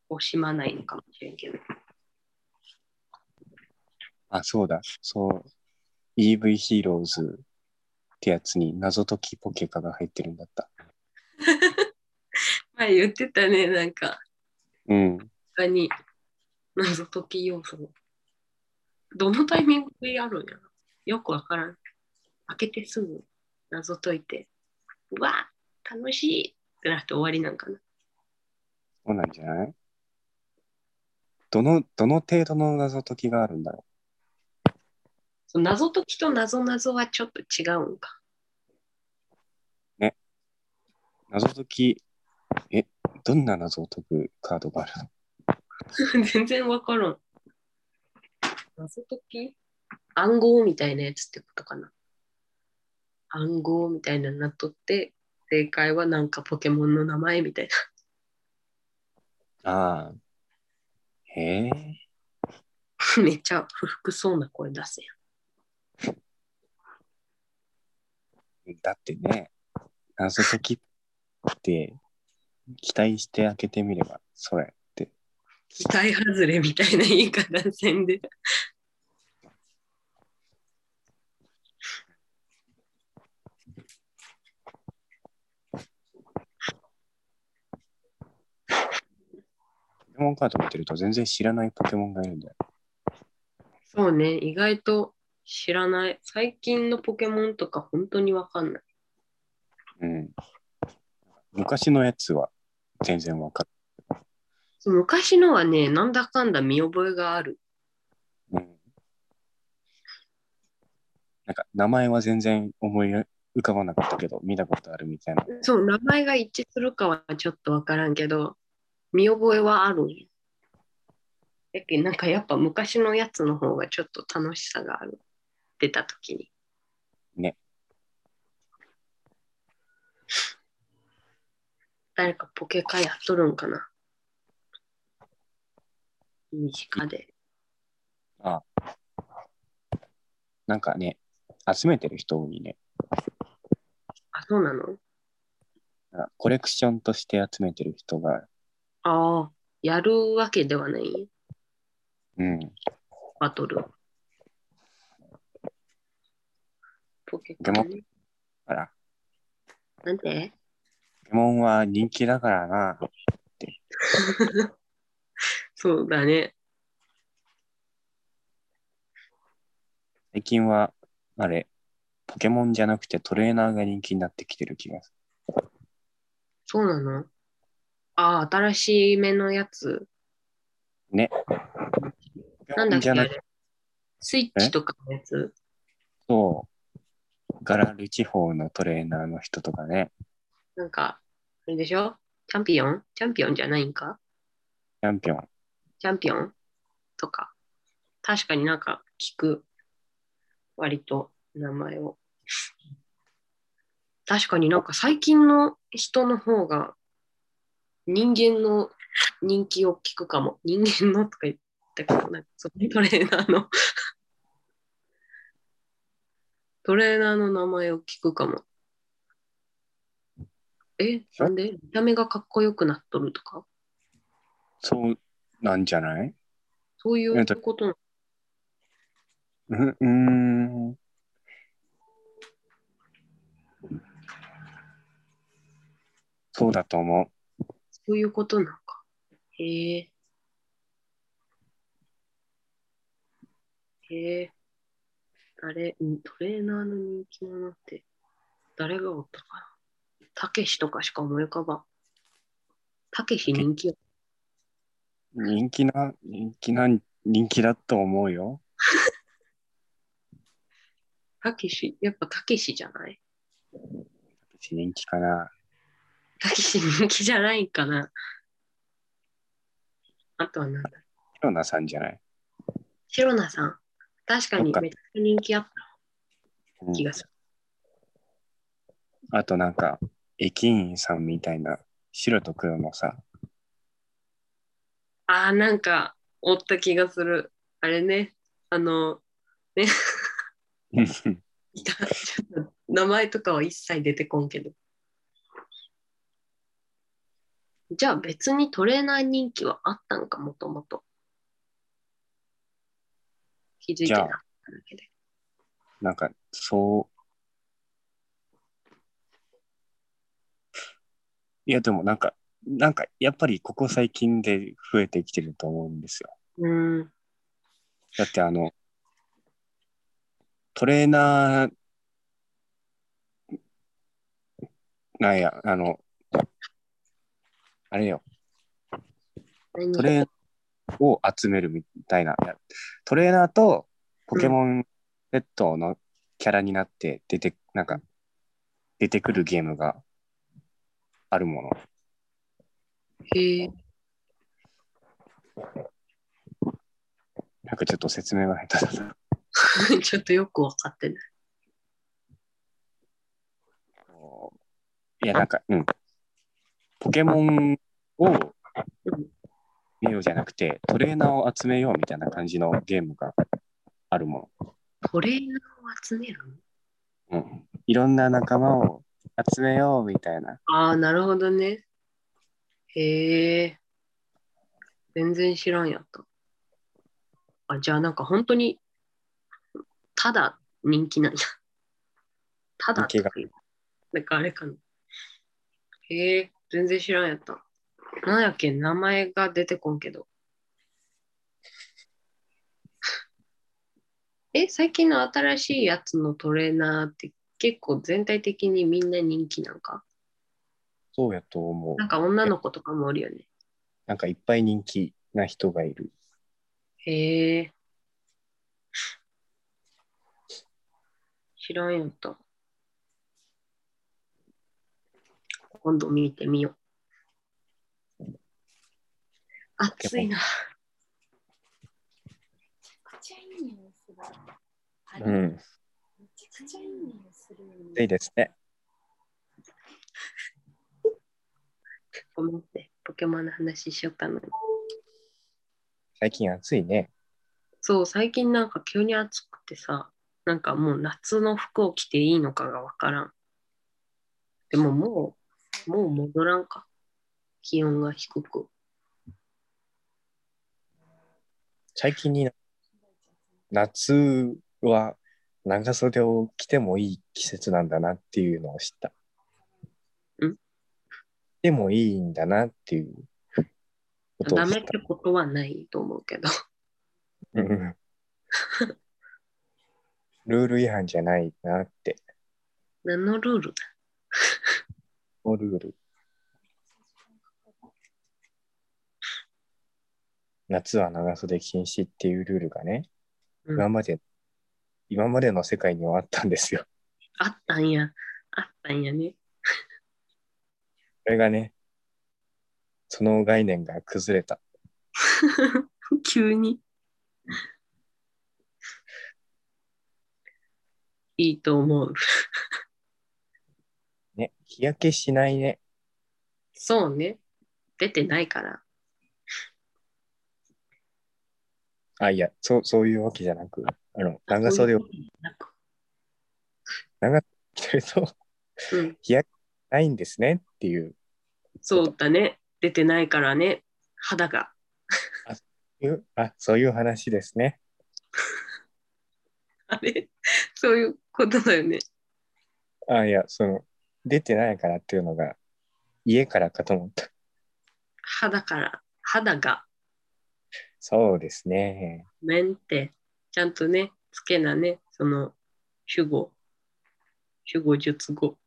S4: 惜しまないのかもしれんけど。
S1: あ、そうだ。そう。EV ヒーローズってやつに謎解きポケカが入ってるんだった。
S4: 前言ってたね、なんか、
S1: うん。
S4: 他に謎解き要素も。どのタイミングでやるんやろよくわからん。開けてすぐ謎解いて、うわ楽しいってなって終わりなんかな。
S1: そうなんじゃないどの、どの程度の謎解きがあるんだろ
S4: その謎解きと謎謎はちょっと違うんか。
S1: う謎解き、え、どんな謎を解くカードがあるの
S4: 全然わからん。謎解き暗号みたいなやつってことかな。暗号みたいなのになっとって、正解はなんかポケモンの名前みたいな。
S1: あ あ。へえ。
S4: めっちゃ不服そうな声出すやん。
S1: だってね、謎解きって期待して開けてみれば、それって。
S4: 期待外れみたいな言い方せんで。
S1: ポケモンカード見てると全然知らないポケモンがいるんだよ。
S4: そうね、意外と知らない。最近のポケモンとか本当にわかんない。
S1: うん。昔のやつは全然わか
S4: そう昔のはね、なんだかんだ見覚えがある。
S1: る。うん。なんか名前は全然思い浮かばなかったけど、見たことあるみたいな。
S4: そう、名前が一致するかはちょっとわからんけど、見覚えはあるんよやっけなんかやっぱ昔のやつの方がちょっと楽しさがある。出た時に。
S1: ね。
S4: 誰かポケカやっとるんかな身近で。
S1: なんかね、集めてる人多いね。
S4: あ、そうなの
S1: あコレクションとして集めてる人が、
S4: ああ、やるわけではない。
S1: うん、
S4: バトル。ポケ
S1: で
S4: モ
S1: も
S4: ン。
S1: から、
S4: なんて
S1: ポケモンは人気だからな。
S4: そうだね。
S1: 最近は、あれ、ポケモンじゃなくてトレーナーが人気になってきてる気がす
S4: そうなのああ、新しい目のやつ。
S1: る。
S4: なんだっけ
S1: じゃ
S4: あ
S1: なく
S4: れスイッチとかのやつ
S1: と、ガラル地方のトレーナーの人とかね、
S4: なんか、あれでしょチャンピオンチャンピオンじゃないんか
S1: チャンピオン、
S4: チャンピオンとか。確かになんか聞く。割と名前を。確かになんか最近の人の方が人間の人気を聞くかも。人間のとか言ったけど、なんかそのトレーナーのトレーナーの名前を聞くかも。え、なんで見た目がかっこよくなっとるとか
S1: そうなんじゃない
S4: そうい
S1: ね
S4: う
S1: と
S4: ことな
S1: うんうーん。そうだと思う。
S4: そういうことなのか。へえ。へえ。誰、んトレーナーの人気者って、誰がおったかな。たけしとかしか思い浮かばん。たけし人気や。
S1: 人気な、人気な、人気だと思うよ。
S4: たけし、やっぱたけしじゃない
S1: 人気かな。
S4: たけし人気じゃないかな。あとはなんだ
S1: ヒロナさんじゃない。
S4: シロナさん。確かにめっちゃ人気あっ
S1: う
S4: た
S1: ん
S4: 気がする。
S1: あとなんか、駅員さんみたいな、白と黒のさ、
S4: ああ、なんか、おった気がする。あれね、あの、 ね、いたちょっと名前とかは一切出てこんけど。じゃあ別にトレーナー人気はあったんか、もともと。気づいてなかっただけで。
S1: なんか、そう。いや、でもなんか、なんか、やっぱりここ最近で増えてきてると思うんですよ。
S4: うん。
S1: だってあの、トレーナー、なんや、あの、あれよ、
S4: 何
S1: トレーナーを集めるみたいな。トレーナーとポケモンレッドのキャラになって出て、なんか、出てくるゲームがあるもの。
S4: へえ
S1: なんかちょっと説明が下手だな。
S4: ちょっとよくわかってない。
S1: いや、なんか、うん。ポケモンを見ようじゃなくて、トレーナーを集めようみたいな感じのゲームがあるも
S4: トレーナーを集める
S1: の。うん。いろんな仲間を集めようみたいな。
S4: ああ、なるほどね。へえ。全然知らんやった。あ、じゃあなんか本当に、ただ人気なんや。 ただ
S1: 人気が
S4: とかなんかあれかな。へえ、全然知らんやった。なんやっけ、名前が出てこんけど。 え、最近の新しいやつのトレーナーって結構全体的にみんな人気なんか
S1: そうやと思う
S4: なん。か女の子とかもおるよね。
S1: なんかいっぱい人気な人がいる。
S4: へえ。知らんよと。今度見てみよう。暑いな。
S3: くちゃいい匂いする。あれ、
S1: ん。
S3: めちゃくちゃいい匂いするよね。
S1: いいですね。
S4: ごめんね。ポケモンの話しよったのに。
S1: 最近暑いね。
S4: そう、最近なんか急に暑くてさ、なんかもう夏の服を着ていいのかがわからん。でももう、もう戻らんか。気温が低く。
S1: 最近にな夏は長袖を着てもいい季節なんだなっていうのを知った。
S4: ん
S1: でもいいんだなっていうことを知
S4: ダ
S1: っ
S4: メったてことはないと思うけど。
S1: うん。 ルール違反じゃないなって。
S4: 何のルールだ
S1: のルール。夏は長袖禁止っていうルールがね、
S4: うん
S1: 今まで、今までの世界にはあったんですよ。
S4: あったんや。あったんやね。
S1: それがね、その概念が崩れた。
S4: 急に。いいと思う。
S1: ね、日焼けしないね。
S4: そうね。出てないから。
S1: あ、いや、そう、そういうわけじゃなく、あの、長袖を
S4: なんか
S1: 着てると、
S4: うん
S1: 日焼けないんですねっていう、
S4: そうだね。出てないからね。肌が。
S1: いうあ、そういう話ですね。
S4: あれそういうことだよね。
S1: あ、いや、その、出てないからっていうのが、家からかと思った。
S4: 肌から、肌が、
S1: そうですね。
S4: 面って、ちゃんとね、つけなね、その、主語、主語、述語、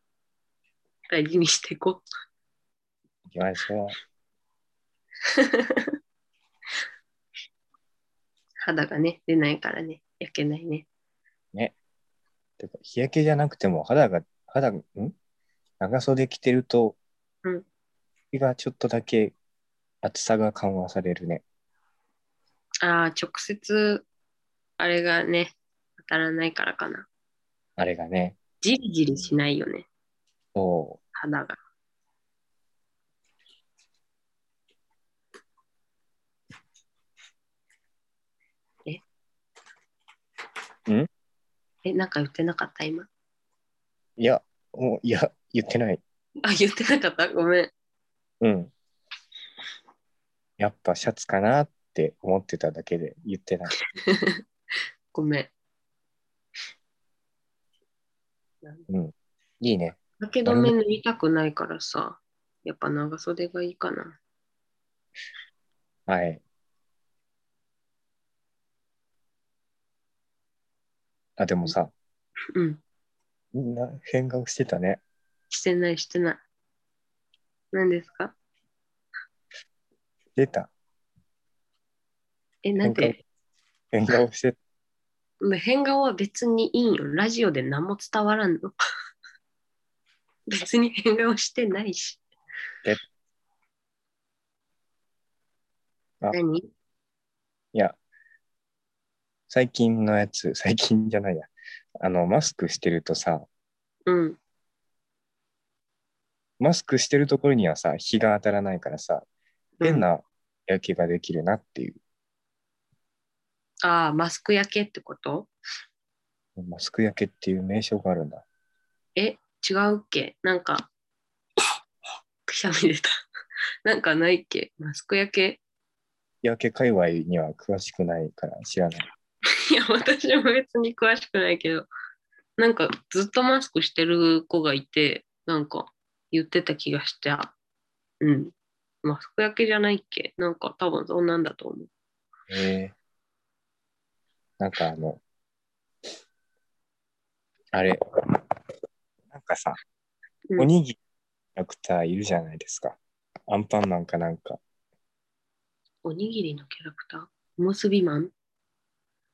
S4: 大事にしていこ
S1: 行
S4: う。
S1: きましょう。
S4: 肌がね、出ないからね、焼けないね。
S1: てか日焼けじゃなくても、肌が、肌が、ん長袖着てると、
S4: うん
S1: 日がちょっとだけ暑さが緩和されるね。
S4: ああ、直接、あれがね、当たらないからかな。
S1: あれがね。
S4: じりじりしないよね、
S1: そ
S4: 肌が。え
S1: ん
S4: え、なんか言ってなかった今。
S1: う。いや、もう、いや、言ってない。
S4: あ、言ってなかったごめん。
S1: うん。やっぱシャツかなって思ってただけで言ってない。
S4: ごめん。
S1: いいね。
S4: だけどめ塗りたくないからさ、やっぱ長袖がいいかな。
S1: はい。あ、でもさ、
S4: うん。
S1: みんな変顔してたね。
S4: してない、してない。何ですか
S1: 出た。
S4: え、なんて
S1: 変顔してた。
S4: 変顔は別にいいよ。ラジオで何も伝わらんの。 別に変顔してないし。
S1: えあ
S4: 何
S1: いや、最近のやつ、最近じゃないや。あの、マスクしてるとさ、
S4: うん。
S1: マスクしてるところにはさ、日が当たらないからさ、変な焼けができるなっていう。
S4: ああ、マスク焼けってこと
S1: マスク焼けっていう名称があるんだ。
S4: え、違うっけなんか、くしゃみ出た。 なんかないっけマスク焼け
S1: 日焼け界隈には詳しくないから知らない。
S4: いや、私も別に詳しくないけど、なんかずっとマスクしてる子がいて、なんか言ってた気がして、あうん。マスク焼けじゃないっけなんか多分そんなんだと思う。
S1: えー、なんかあの、あれ、なんかさ、
S4: うん
S1: おにぎりのキャラクターいるじゃないですか。アンパンマンかなんか、
S4: おにぎりのキャラクターおむすびマン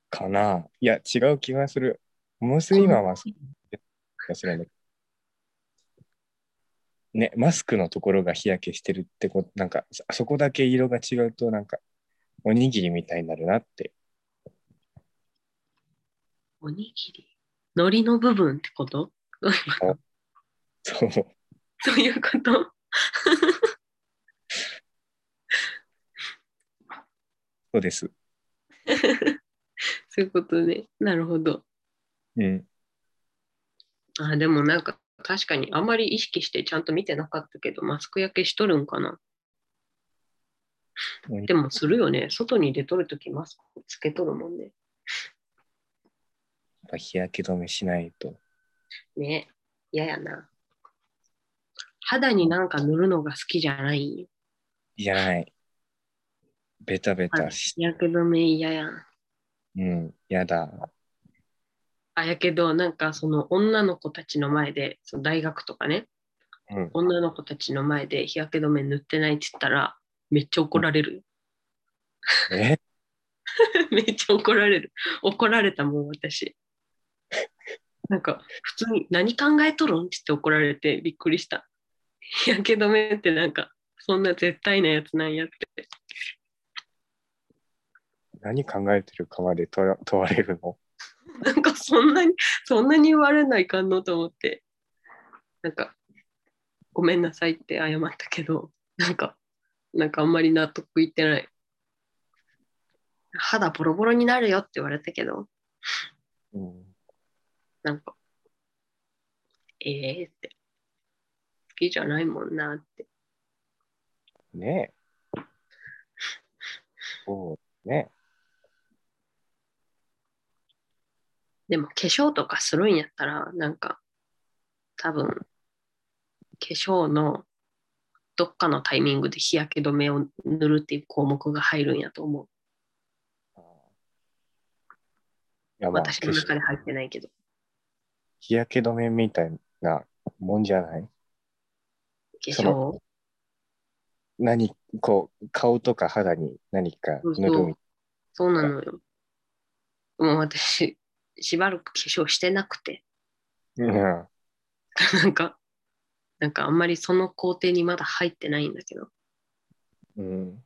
S1: かな。いや、違う気がする。もうすぐ今はそう気がするんだけど。ね、マスクのところが日焼けしてるってこと、なんか、あそこだけ色が違うと、なんか、おにぎりみたいになるなって。
S4: おにぎり海苔の部分ってことどういうこと
S1: そう。
S4: そういうこと
S1: そうです。
S4: そういうことね。なるほど。
S1: うん。
S4: あでもなんか確かにあまり意識してちゃんと見てなかったけど、マスク焼けしとるんかな。
S1: うん
S4: でもするよね。外に出とるときマスクつけとるもんね。
S1: っぱ日焼け止めしないと。
S4: ね。嫌やな。肌になんか塗るのが好きじゃないんよ。
S1: いやない。ベタベタし、
S4: 日焼け止め嫌やん。
S1: うん、やだ。
S4: あやけどなんかその女の子たちの前でその大学とかね
S1: うん、
S4: 女の子たちの前で日焼け止め塗ってないって言ったらめっちゃ怒られる
S1: え
S4: めっちゃ怒られる怒られたもん私なんか普通に「何考えとるん?」って言って怒られてびっくりした日焼け止めってなんかそんな絶対なやつなんやって
S1: 何考えてるかまで問わ問われるの
S4: なんかそんなにそんなに言われないかんのと思ってなんかごめんなさいって謝ったけどなんかなんかあんまり納得いってない肌ボロボロになるよって言われたけど
S1: うん。
S4: なんかええって好きじゃないもんなって
S1: ねえ。 そうね。
S4: でも化粧とかするんやったらなんか多分化粧のどっかのタイミングで日焼け止めを塗るっていう項目が入るんやと思う
S1: いやまあ、
S4: 私の中
S1: 決し
S4: で入ってないけど。
S1: 日焼け止めみたいなもんじゃない
S4: 化
S1: そ
S4: 粧
S1: の何、こう、顔とか肌に何か
S4: そう
S1: 塗る
S4: そ
S1: み
S4: うそうなのよ。もう私、しばらく化粧してなくて、
S1: たいな。
S4: なんか、なんかあんまりその工程にまだ入ってないんだけど、
S1: うん。うん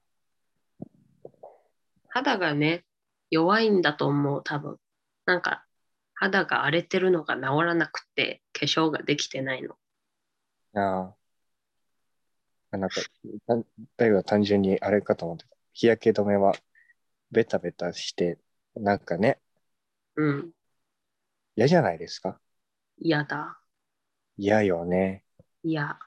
S4: 肌がね、弱いんだと思う、多分。なんか、肌が荒れてるのが治らなくて、化粧ができてないの。
S1: ああ。なんか、ただいぶ単純にあれかと思ってた。日焼け止めはベタベタして、なんかね、
S4: うん、
S1: 嫌じゃないですか。
S4: 嫌だ、
S1: 嫌よね。
S4: 嫌。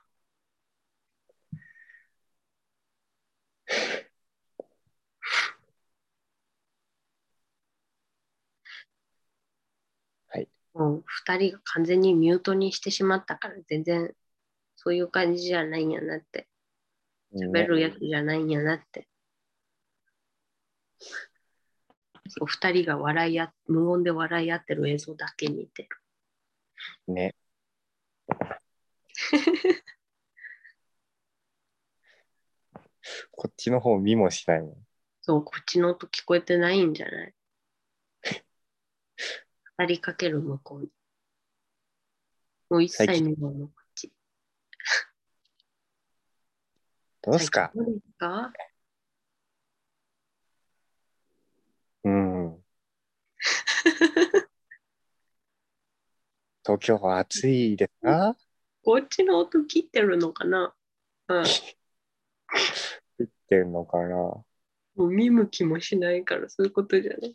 S1: はい。
S4: もう二人が完全にミュートにしてしまったから、全然そういう感じじゃないんやなって。喋るやつじゃないんやなって。お二人が笑いあ無音で笑い合ってる映像だけ見てる。
S1: ね。こっちの方見もしないもん。
S4: そう、こっちの音聞こえてないんじゃない語りかける向こうに。もう一
S1: 最
S4: 切
S1: 近
S4: 無音のこっち。
S1: どうすか、
S4: 最近どうですか
S1: うん。 東京は暑いですか
S4: こっちの音切ってるのかなうん。
S1: っていうのかな
S4: もう見向きもしないから、そういうことじゃない。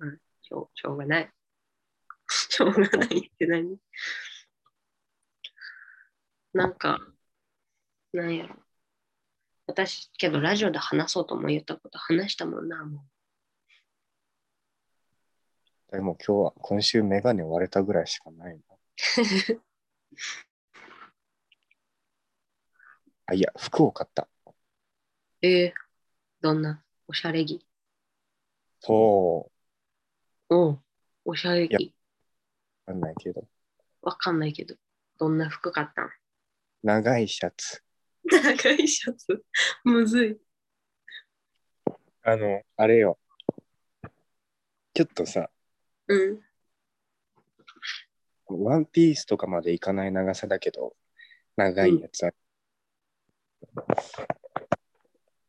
S4: うん、しょうしょうがない。 しょうがないって何なんか、なんやろ。私、けどラジオで話そうとも言ったこと話したもんな、も
S1: でも今日は、今週メガネ割れたぐらいしか ないな。あ、いや、服を買った。
S4: う。えー、どんなおしゃれ着
S1: そ
S4: おうおしゃれ
S1: い
S4: 着
S1: う、わかんないけど。
S4: わかんないけど、どんな服買ったん
S1: 長いシャツ。
S4: 長いシャツ。むずい。
S1: あの、あれよ。ちょっとさ、
S4: うん。
S1: ワンピースとかまでいかない長さだけど、長いやつある、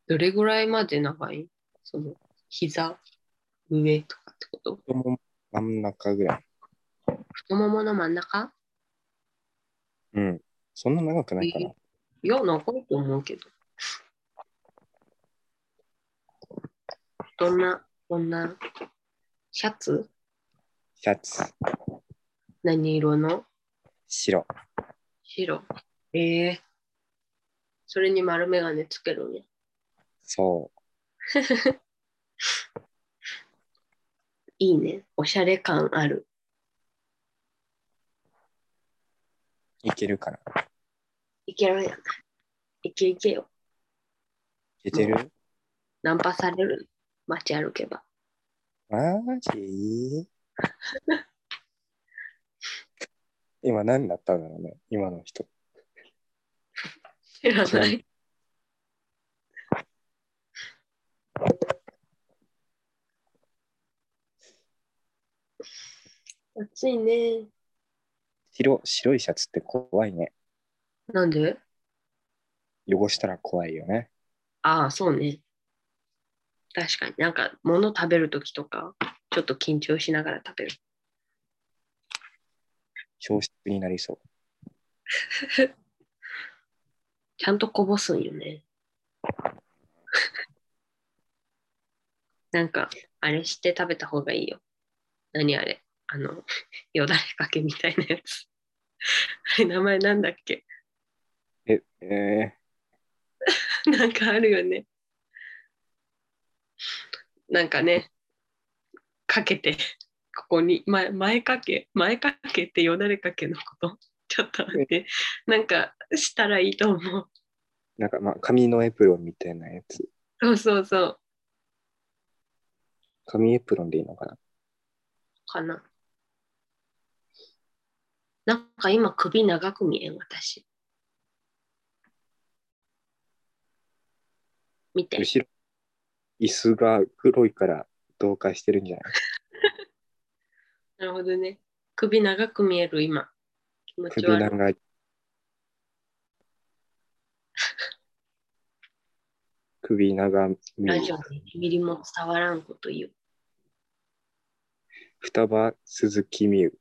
S4: どれぐらいまで長いその膝上とかってこと
S1: 太もも真ん中ぐらい。
S4: 太ももの真ん中
S1: うん。そんな長くないかな。
S4: いや、長いと思うけど。どんな、どんなシャツ
S1: シャツ、
S4: 何色の
S1: 白。
S4: 白。ええそれに丸眼鏡つけるんや。
S1: そう。
S4: いいね。おしゃれ感ある。
S1: いけるかな。い
S4: いけるやん。いけいけよ。
S1: けてる
S4: ナンパされる。街歩けば。
S1: マジ今何だったんだろうね、今の人。
S4: 知ら
S1: 知ら
S4: なんい。暑いね。
S1: 白白いシャツって怖いね。
S4: なんで
S1: 汚したら怖いよね。
S4: ああ、そうね。確かになんか物食べるときとか、ちょっと緊張しながら食べる。
S1: 消失になりそう。
S4: ちゃんとこぼすんよね。 なんか、あれして食べた方がいいよ。何あれあの、 よだれかけみたいなやつ。 あれ、名前なんだっけ
S1: え、え
S4: なんかあるよね。なんかね、かけて、ここに、前前かけ、前かけってよだれかけのこと。 ちょっと待って、なんかしたらいいと思う。
S1: ーなんかまあ、紙のエプロンみたいなやつ。
S4: そうそうそう、
S1: 紙エプロンでいいのかな
S4: かな。なんか今首長く見えん、私。見て、
S1: 後ろ、椅子が黒いから同化してるんじゃない
S4: なるほどね。首長く見える、今。気持ち
S1: 首
S4: 悪い
S1: 長。が首長み
S4: ラジオにミリも伝わらんこと言う。
S1: 双葉鈴木美優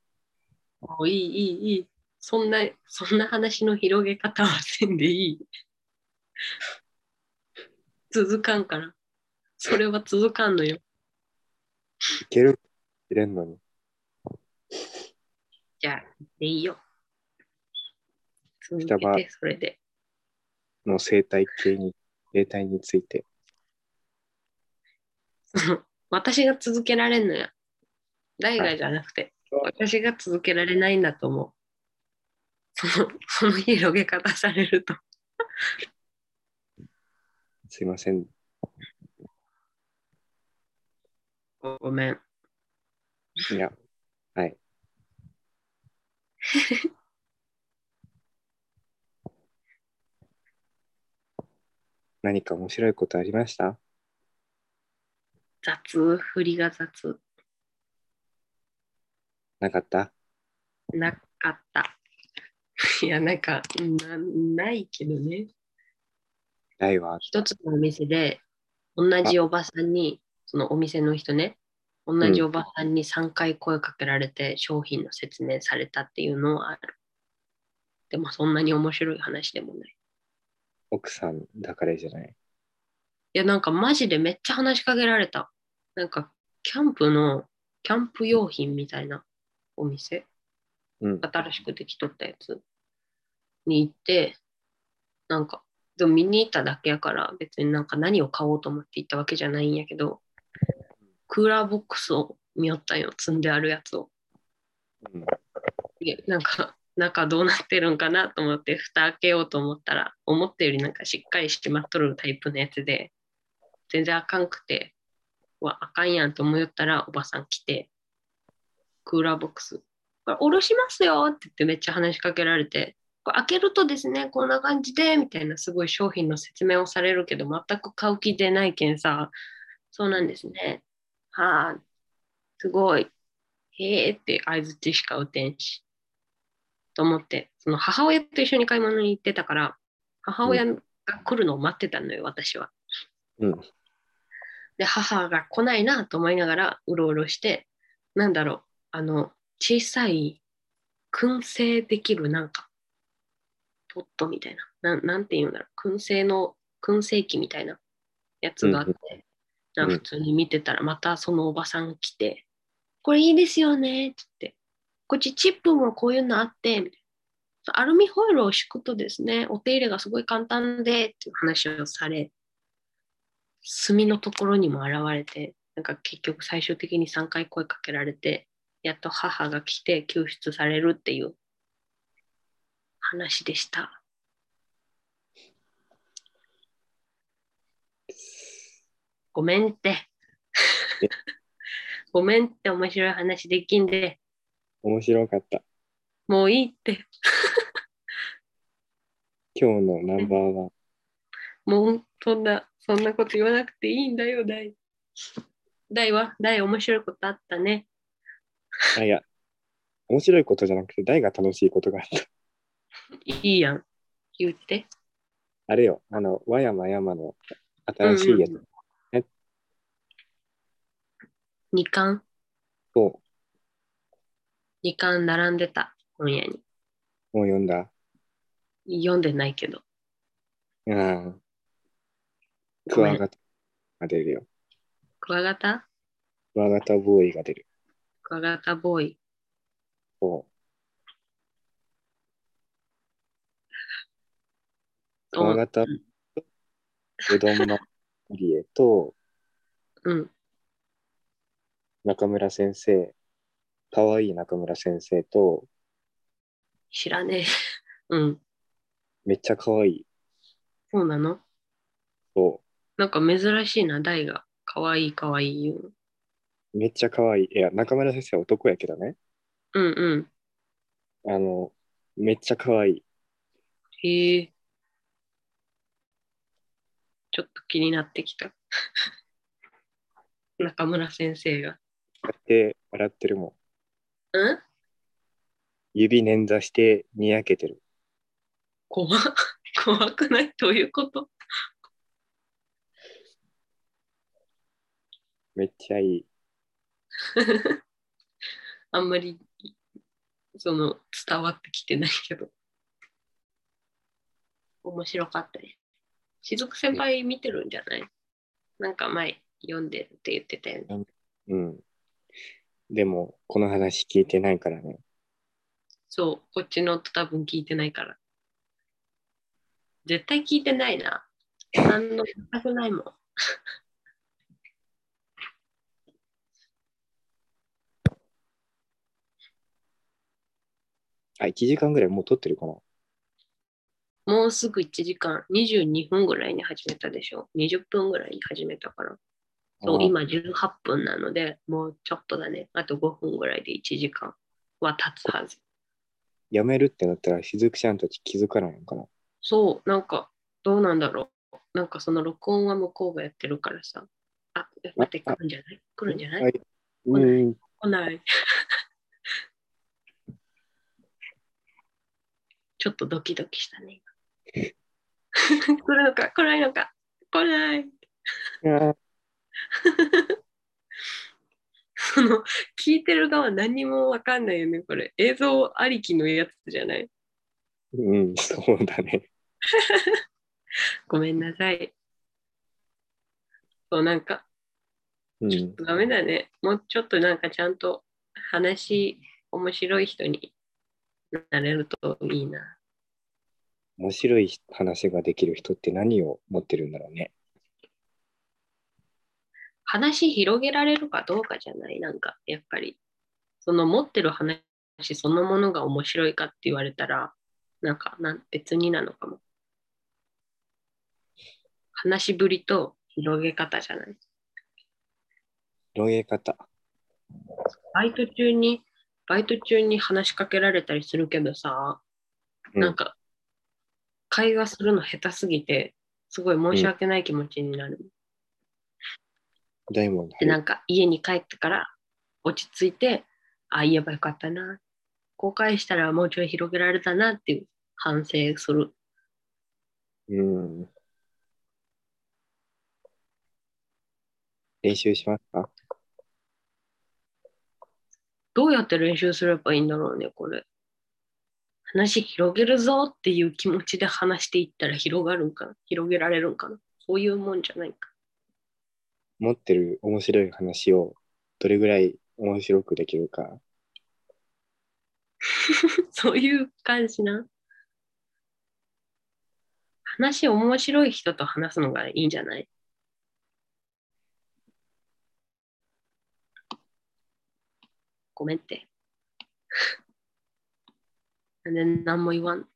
S4: もういいいいいい。そんな、そんな話の広げ方はせんでいい。続かんから。それは続かんのよ。
S1: いけるいれんのに
S4: じゃあ、でいいよ。続
S1: 双
S4: け
S1: 葉
S4: て、それで。
S1: の生態系に生態について
S4: 私が続けられんのや。大がじゃなくて、
S1: はい
S4: 私が続けられないんだと思う。その、 その広げ方されると。
S1: すいません
S4: ごごめん。
S1: いやはい何か面白いことありました
S4: 雑、振りが雑。
S1: なかった
S4: なかった。 いや、なんかな、ないけどね。
S1: ないわ
S4: 一つのお店で、同じおばさんに、そのお店の人ね、同じおばさんに3回声かけられて、商品の説明されたっていうのはある。でも、そんなに面白い話でもない。
S1: 奥さんだからじゃない
S4: いや、なんかマジでめっちゃ話しかけられた。なんか、キャンプの、キャンプ用品みたいなお店
S1: うん
S4: 新しくできとったやつに行って、なんか、でも見に行っただけやから、別になんか何を買おうと思って行ったわけじゃないんやけど、クーラーボックスを見よったんよ、積んであるやつを。
S1: うん
S4: でなんか、中どうなってるんかなと思って、蓋開けようと思ったら、思ったよりなんかしっかり閉まっとるタイプのやつで、全然あかんくて、うわ、あかんやんと思いよったら、おばさん来て、クーラーボックス、これおろしますよって言ってめっちゃ話しかけられて、これ開けるとですね、こんな感じで、みたいなすごい商品の説明をされるけど、全く買う気でないけんさ、そうなんですね。はあ、すごい。へえって相づちしか打てんし。と思って、その母親と一緒に買い物に行ってたから、母親が来るのを待ってたのよ、私は。
S1: うん
S4: で、母が来ないなと思いながら、うろうろして、なんだろう、あの、小さい、燻製できるなんか、ポットみたいな、なんなんていうんだろう、燻製の、燻製機みたいなやつがあって、
S1: うんうん
S4: なんか普通に見てたら、またそのおばさん来て、これいいですよねっつって。こっちチップもこういうのあって、みたいなそうアルミホイルを敷くとですね、お手入れがすごい簡単でっていう話をされ、炭のところにも現れて、なんか結局最終的に3回声かけられて、やっと母が来て救出されるっていう話でした。ごめんって
S1: え。
S4: ごめんって面白い話できんで、
S1: 面白かった。
S4: もういいって。
S1: 今日のナンバーワン。
S4: もうそんな、そんなこと言わなくていいんだよ、大。大は大面白いことあったね。
S1: あ、いや、面白いことじゃなくて、大が楽しいことがあった。
S4: いいやん。言って。
S1: あれよ、あの、和山山の新しいやつ
S4: うんうん
S1: え
S4: 二巻
S1: を、
S4: 二巻並んでた、本屋
S1: もう読んだ。
S4: に。読んでないけど。
S1: うん。ク
S4: ごめ
S1: ワ
S4: ん
S1: ガタが出るよ。
S4: クワガタ
S1: クワガタボーイが出る。
S4: クワガタボーイ。
S1: そう。クワ
S4: お
S1: ガタと、うどんまりえと、
S4: うん。
S1: 中村先生、かわいい中村先生と、
S4: 知らねえ。 うん。
S1: めっちゃかわいい
S4: そうなの
S1: と、
S4: なんか珍しいな、大が。かわいいかわいい言う
S1: めっちゃかわいい。いや、中村先生は男やけどね。
S4: の。うんうん。
S1: あの、めっちゃかわいい。
S4: へえ。ちょっと気になってきた。 中村先生が。
S1: 笑って、笑ってるもん。
S4: うん
S1: 指捻挫して、にやけてる。
S4: 怖っ怖くないどういうこと
S1: めっちゃいい。
S4: あんまり、その、伝わってきてないけど。面白かったね。雫先輩見てるんじゃないなんか前、読んでるって言ってたよね。
S1: うん。でも、この話聞いてないからね。
S4: そう、こっちの音多分聞いてないから。絶対聞いてないな。反応全くないもん。
S1: あ、1時間ぐらいもう撮ってるかな。
S4: もうすぐ1時間、22分ぐらいに始めたでしょ。20分ぐらいに始めたから。そう
S1: あー
S4: 今18分なので、もうちょっとだね。あと5分ぐらいで1時間は経つはず。
S1: やめるってなったら、しずくちゃんたち気づかないのかな。
S4: そう、なんか、どうなんだろう。なんかその録音は向こうがやってるからさ。あ、待って、来るんじゃない来るんじゃない
S1: はいうん。
S4: 来ない。 ちょっとドキドキしたね。今 来るのか来ないのか来ない。
S1: あ
S4: その聞いてる側何にもわかんないよねこれ映像ありきのやつじゃない
S1: うん、 そうだね。
S4: ごめんなさいそうなんか
S1: うん。
S4: ダメだねもうちょっとなんかちゃんと話面白い人になれるといいな
S1: 面白い話ができる人って何を持ってるんだろうね。
S4: 話広げられるかどうかじゃないなんかやっぱりその持ってる話そのものが面白いかって言われたらなんかなん別になのかも話しぶりと広げ方じゃない
S1: 広げ方。
S4: バイト中にバイト中に話しかけられたりするけどさ、
S1: うん
S4: なんか会話するの下手すぎてすごい申し訳ない気持ちになる、
S1: 大門だ
S4: でなんか家に帰ってから落ち着いてあ言えばよかったな後悔したらもうちょい広げられたなっていう反省する
S1: うん。練習しますか
S4: どうやって練習すればいいんだろうねこれ話広げるぞっていう気持ちで話していったら広がるんかな広げられるんかなそういうもんじゃないか
S1: 持ってる面白い話をどれぐらい面白くできるか。
S4: そういう感じな。話面白い人と話すのがいいんじゃないごめんって。なんで何も言わん。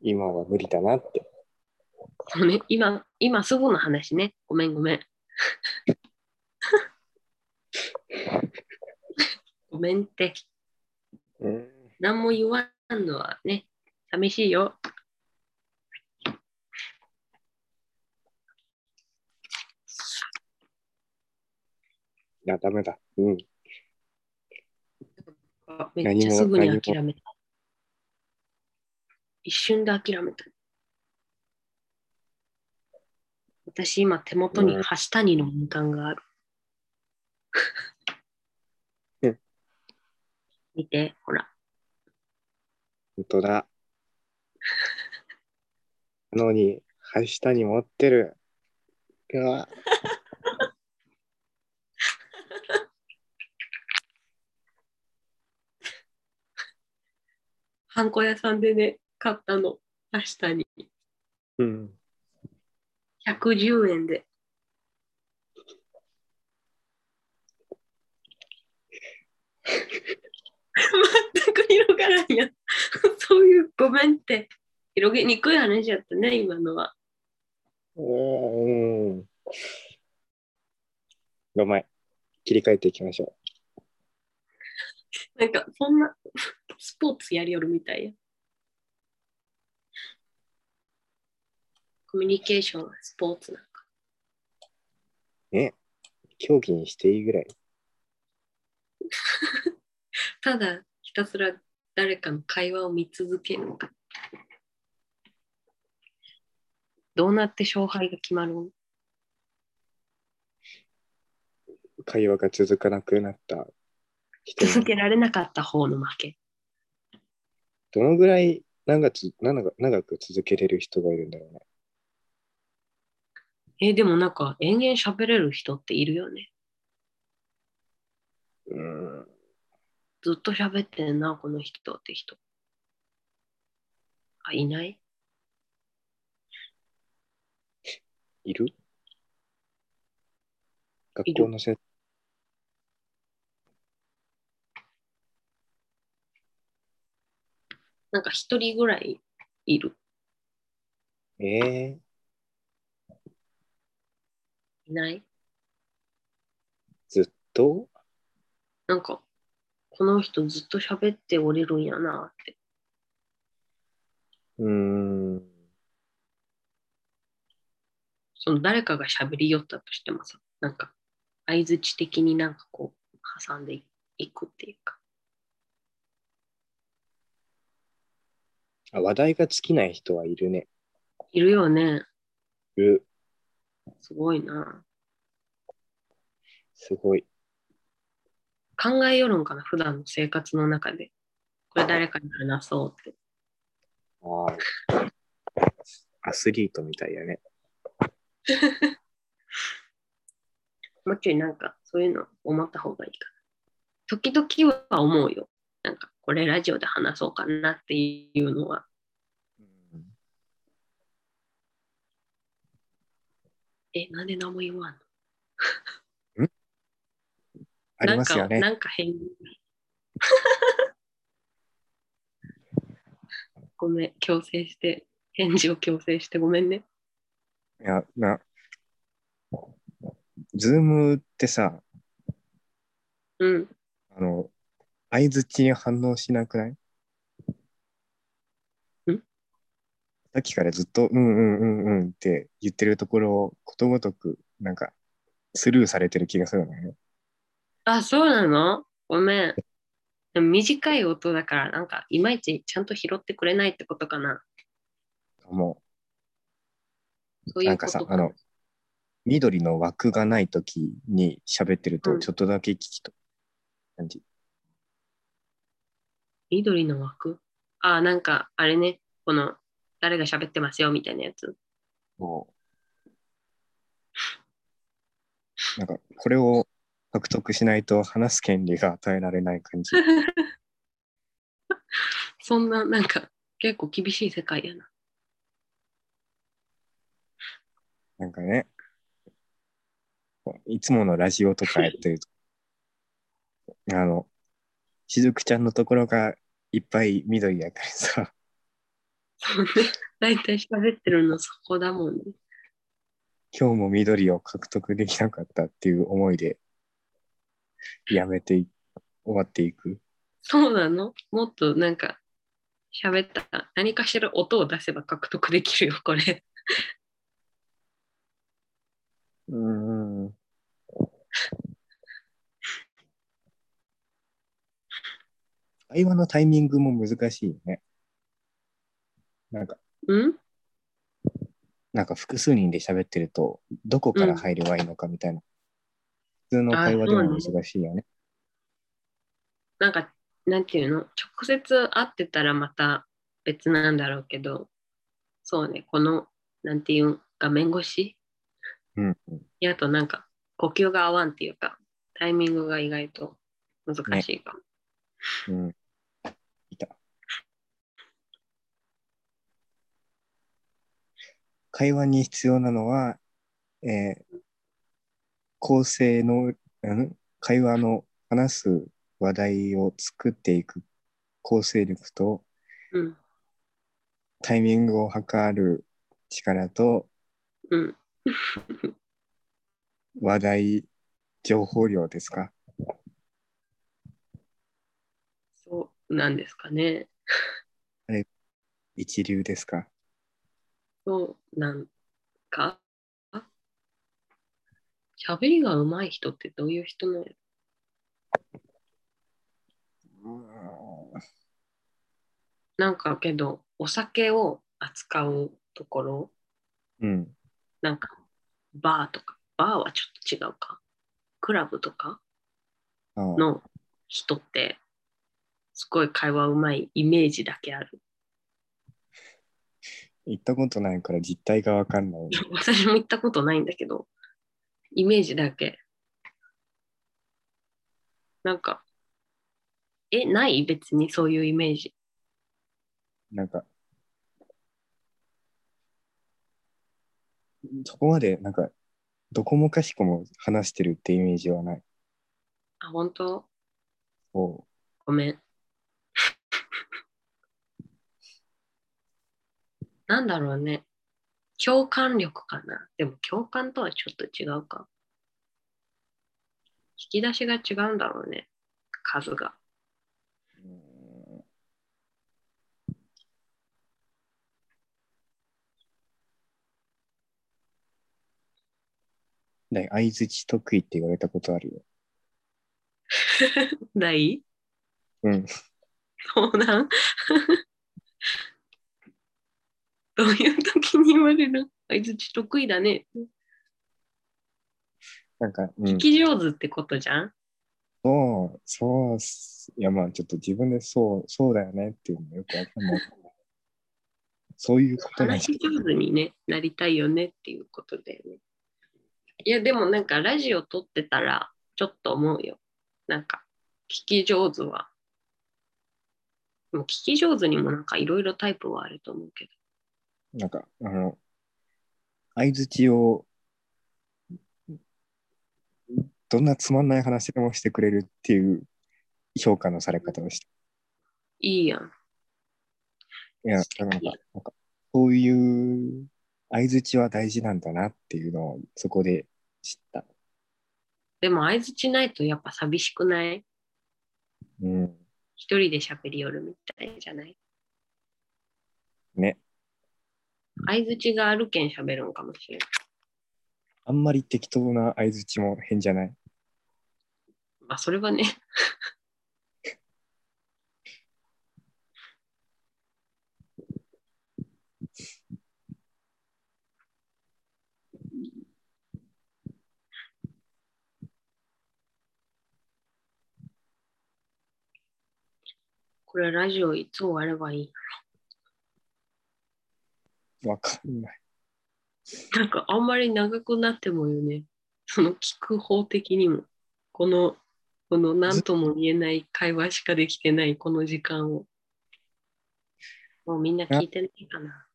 S1: 今は無理だなって。
S4: そうね、今、今すぐの話ね。ごめんごめん。ごめんって。
S1: うん、
S4: 何も言わんのはね、寂しいよ。
S1: いや、ダメだ。うん。
S4: めっちゃすぐに諦めた。一瞬で諦めた。私今手元に
S1: うん
S4: 橋谷のボタンが
S1: う
S4: あ
S1: ん
S4: る。見て、ほら。
S1: 本当だ。 なのに、橋下に持ってる。うわ。
S4: ハンコ屋さんでね、買ったの。明日に。
S1: うん。
S4: 110円で。全く広がらんやん。そういうごめんって。広げにくい話やったね、今のは。
S1: うん。ごめん。切り替えていきましょ
S4: なんか、そんな、スポーツやりよるみたいや。コミュニケーションはスポーツなんか。
S1: う。競技にしていいぐらい。
S4: ただ、ひたすら誰かの会話を見続けるのか。どうなって勝敗が決まるの
S1: 会話が続かなくなった人
S4: 続
S1: の。
S4: けられなかった方の負け。
S1: どのぐらい長つ長く長く続けれる人がいるんだろうね。
S4: えーでもなんか延々喋れる人っているよね。
S1: うん。
S4: ずっと喋ってんな、この人って人。あ、いない
S1: いる学
S4: いる
S1: 校の先
S4: なんか一人ぐらいいる。
S1: 生。えー、
S4: いない
S1: ずっと
S4: なんか、この人ずっと喋っておれるんやなって。
S1: うん。
S4: その誰かが喋り寄ったとしてもさ、なんか、相づち的になんかこう、挟んでいいくっていうか。
S1: あ話題が尽きない人はいるね。
S4: いるよね。
S1: いる。
S4: すごいな。
S1: すごい。
S4: 考えよるんかな、普段の生活の中で。これ誰かに話そうって。
S1: ああ。アスリートみたいやね。
S4: もうちょいなんかそういうの思った方がいいかな。時々は思うよ。なんかこれラジオで話そうかなっていうのは。え、なんで何も言わんの
S1: ありますよね。
S4: なんかなんか変。ごめん、強制して、返事を強制してごめんね。
S1: いや、な、ズームってさ、
S4: うん。
S1: あの、相づちに反応しなくないんさっきからずっと、うんうんうんうんって言ってるところをことごとく、なんか、スルーされてる気がするのよね。
S4: あ、そうなのごめん。でも短い音だから、なんかいまいちちゃんと拾ってくれないってことかな。
S1: も
S4: そう
S1: う、
S4: い
S1: な
S4: うん
S1: か
S4: こ
S1: さ、
S4: と
S1: あの、緑の枠がないときに喋ってる
S4: う
S1: と、
S4: ん
S1: ちょっとだけ聞きと、感じ。
S4: 緑の枠あ、なんか、あれね、この、誰が喋ってますよみたいなやつ。
S1: もう、なんか、これを獲得しないと話す権利が与えられない 感じ。
S4: そんな、なんか、結構厳しい世界やな。
S1: なんかね、いつものラジオとかやってると、あの、しずくちゃんのところがいっぱい緑やからさ、
S4: そうね。大体喋ってるのそこだもんね。
S1: 今日も緑を獲得できなかったっていう思いで、やめてい終わっていく。
S4: そうなのもっとなんか、喋ったら何かしら音を出せば獲得できるよ、これ。
S1: うーん。会話のタイミングも難しいよね。なんか、
S4: うん
S1: なんか複数人で喋ってると、どこから入ればいいのかみたいな。普通の会話でも難しいよね。
S4: なんか、なんていうの直接会ってたらまた別なんだろうけど、そうね、この、なんていうん画面越し
S1: うん。
S4: いやあとなんか、呼吸が合わんっていうか、タイミングが意外と難しいかも。
S1: うん。いた。会話に必要なのは、えー構成の、うん、会話の話す話題を作っていく構成力と、
S4: うん、
S1: タイミングを測る力と、
S4: うん、
S1: 話題、情報量ですか
S4: そうなんですかね。
S1: 一流ですか
S4: そうなんか喋りが上手い人ってどういう人なんやろなんかけど、お酒を扱うところ、
S1: うん。
S4: なんか、バーとか、バーはちょっと違うか。クラブとか
S1: ああ
S4: の人って、すごい会話うまいイメージだけある。
S1: 行ったことないから実態がわかんない。
S4: 私も行ったことないんだけど、イメージだけ。なんか、え、ない別にそういうイメージ。
S1: なんか、そこまで、なんか、どこもかしこも話してるってイメージはない。
S4: あ、本当
S1: お
S4: ごめん。 なんだろうね。共感力かな。でも共感とはちょっと違うか。引き出しが違うんだろうね。数が。
S1: で、相づち得意って言われたことあるよ。
S4: ない
S1: うん。
S4: そうなん どういう時に言われる相づち得意だね。
S1: なんか、うん
S4: 聞。き上手ってことじゃん
S1: そう、そうっす、いやまあちょっと自分でそう、そうだよねっていうのよくわかんない。そういうことなん
S4: 話
S1: じ
S4: し上手に、ね、なりたいよねっていうことだよね。いやでもなんかラジオ撮ってたらちょっと思うよ。なんか聞き上手は。でも聞き上手にもなんかいろいろタイプはあると思うけど。
S1: なんか、あの、相づちを、どんなつまんない話でもしてくれるっていう評価のされ方をして。
S4: いいや
S1: い
S4: ん。
S1: や、だからなんか、なんかそういう相づちは大事なんだなっていうのをそこで知った。
S4: でも相づちないとやっぱ寂しくない
S1: うん。
S4: 一人で喋りよるみたいじゃない
S1: ね。
S4: 相づちがあるけん喋るんかもしれない。
S1: あんまり適当な相づちも変じゃない。
S4: まあそれはね。これラジオいつ終わればいい
S1: わかんない。
S4: なんかあんまり長くなってもよね。その聞く方的にも。ここの、この何とも言えない会話しかできてないこの時間を。もうみんな聞いてないかな。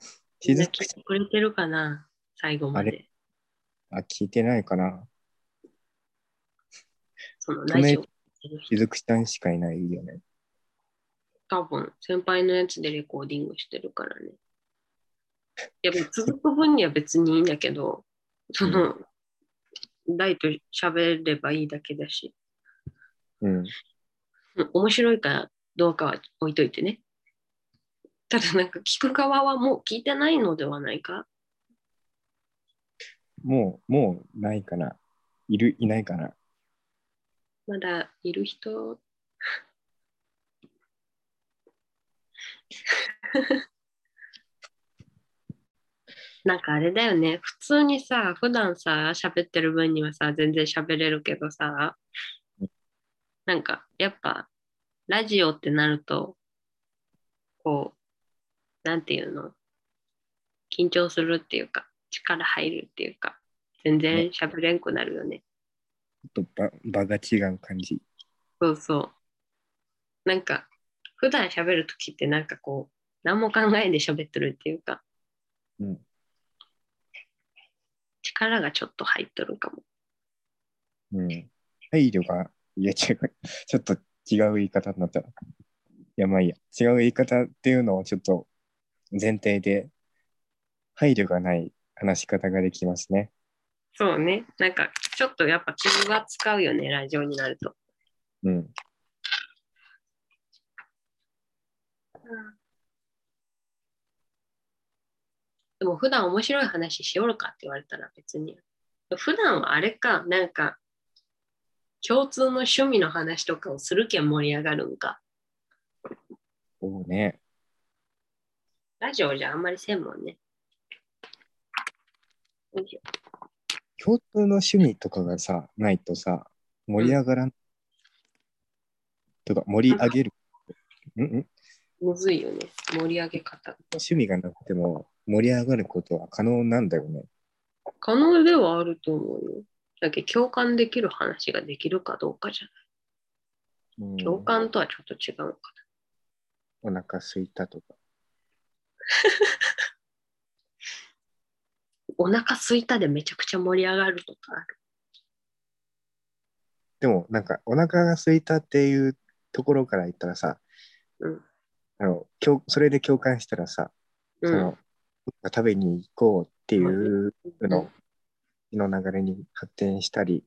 S4: み
S1: し
S4: んな
S1: ず
S4: 聞
S1: く
S4: いてくれてるかな最後ま
S1: あ
S4: で。
S1: あ、聞いてないかな。
S4: その
S1: 止め
S4: ラジオ聞いてる人。
S1: しずくちゃんしかいないよね。
S4: 多分、先輩のやつでレコーディングしてるからね。いや、続く分には別にいいんだけど、その、大と喋ればいいだけだし、
S1: うん。
S4: うん面白いかどうかは置いといてね。ただなんか聞く側はもう聞いてないのではないか
S1: もう、もうないかな。いる、いないかな。
S4: まだいる人、 なんかあれだよね、普通にさ、普段さ、喋ってる分にはさ、全然喋れるけどさ
S1: う、
S4: なんかやっぱ、ラジオってなると、こう、なんていうの、緊張するっていうか、力入るっていうか、全然喋れんくなるよね。
S1: ちょっと場場が違う感じ。
S4: そうそう。なんか、普段喋るときってなんかこう、何も考えんで喋ってるっていうか、
S1: うん。
S4: 力がちょっと入っとるかも。
S1: うん。配慮が、いや違う。 ちょっと違う言い方になったら。いや、まあいいや。違う言い方っていうのをちょっと前提で、配慮がない話し方ができますね。
S4: そうね。なんか、ちょっとやっぱ気が使うよね、ラジオになると。
S1: うん。
S4: でも、普段面白い話しおるかって言われたら別に。普段はあれか、なんか、共通の趣味の話とかをするけん盛り上がるんか。
S1: そうね。
S4: ラジオじゃあんまりせんもんね。よいしょ
S1: 共通の趣味とかがさ、ないとさ、盛り上がらん。とか、盛り上げる。うんうん
S4: むずいよね。盛り上げ方。
S1: 趣味がなくても盛り上がることは可能なんだよね。
S4: 可能ではあると思うよ。だけど共感できる話ができるかどうかじゃない。
S1: うん
S4: 共感とはちょっと違うのか
S1: お腹すいたとか。
S4: な。お腹すいたでめちゃくちゃ盛り上がるとかある。
S1: でもなんかお腹が空いたっていうところから言ったらさ、
S4: うん
S1: あの共それで共感したらさ、
S4: う
S1: そ
S4: ん
S1: の食べに行こうっていうの、の流れに発展したり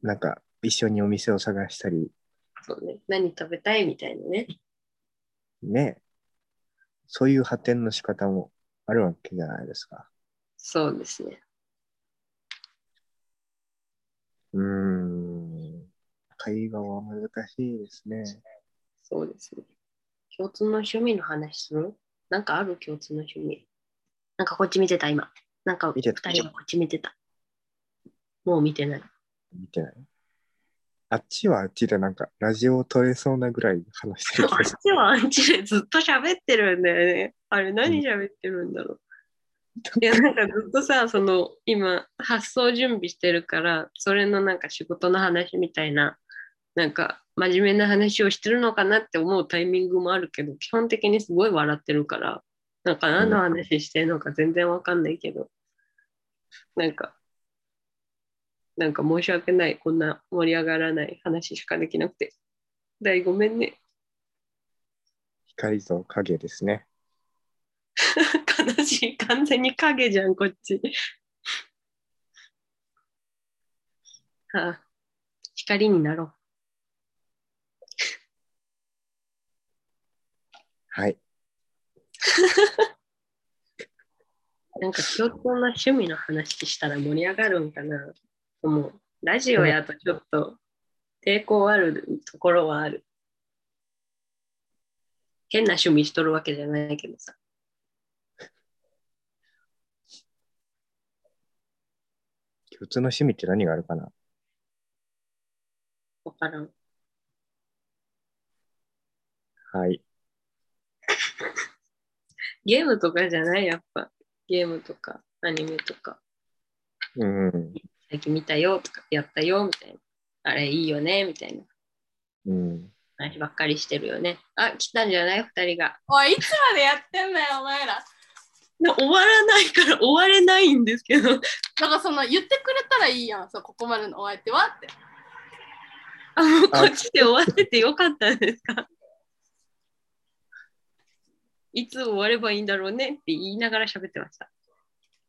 S1: なんか一緒にお店を探したり
S4: そうね。何食べたいみたいなね。
S1: ねそういう発展の仕方もあるわけじゃないですか。
S4: そうですね。
S1: うーん会話は難しいですね。
S4: そうですね。共通の趣味の話するなんかある共通の趣味。なんかこっち見てた今。なんか
S1: 見てた
S4: 二人はこっち見てた。もう見てない。
S1: 見てないあっちはあっちでなんかラジオ撮れそうなぐらい話して る
S4: あ
S1: けど
S4: っちはあっちでずっと喋ってるんだよね。あれ何喋ってるんだろう。いやなんかずっとさその今発送準備してるからそれのなんか仕事の話みたいななんか真面目な話をしてるのかなって思うタイミングもあるけど基本的にすごい笑ってるからなんか何の話してるのか全然わかんないけどなんかなんか申し訳ないこんな盛り上がらない話しかできなくて大ごめんね
S1: 光と影ですね。
S4: 悲しい完全に影じゃんこっち ああ光になろう
S1: はい。
S4: なんか共通な趣味の話したら盛り上がるんかなもうラジオやとちょっと抵抗あるところはある変な趣味しとるわけじゃないけどさ
S1: 共通の趣味って何があるかな
S4: わからん
S1: はい。
S4: ゲームとかじゃないやっぱゲームとかアニメとか
S1: うん。
S4: 最最近見たよとか、やったよみたいな。あれいいよねみたいな
S5: うん。
S4: 話ばっかりしてるよね。あ、来たんじゃない二人が。
S2: おい、いつまでやってんだよ、お前ら。
S4: 終わらないから終われないんですけど。
S2: だからその言ってくれたらいいやん、そうここまでのお相手はって。
S4: あ、もうこっちで終わっててよかったですかいつ終わればいいんだろうねって言いながら喋ってました。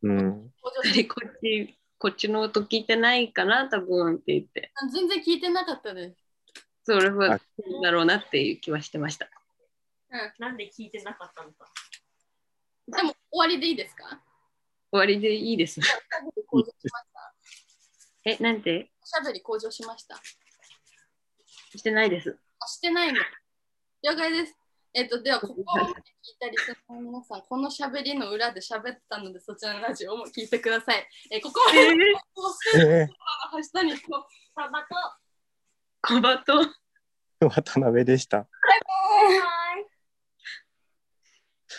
S5: うん。
S4: でこっち、こっちの音聞いてないかな、多分って言って。
S2: 全然聞いてなかったです。
S4: それは
S1: あ
S4: そうだろうなっていう気はしてました。
S3: なんで聞いてなかったのか。
S2: でも終わりでいいですか
S4: 終わりでいいです。
S2: 向上しまし
S4: え、なんて
S2: た。おしゃべり向上しました。
S4: してないです。
S2: あ、してないの。了解です。えっ、と、では、ここを聞いたリスナーの皆さん、このしゃべりの裏で喋ったので、そちらのラジオも聞いてください。えーここまでの放送の
S5: え
S2: 橋谷と、
S3: サバと、
S4: 小バと
S5: ー、渡辺でした。
S3: バイバイ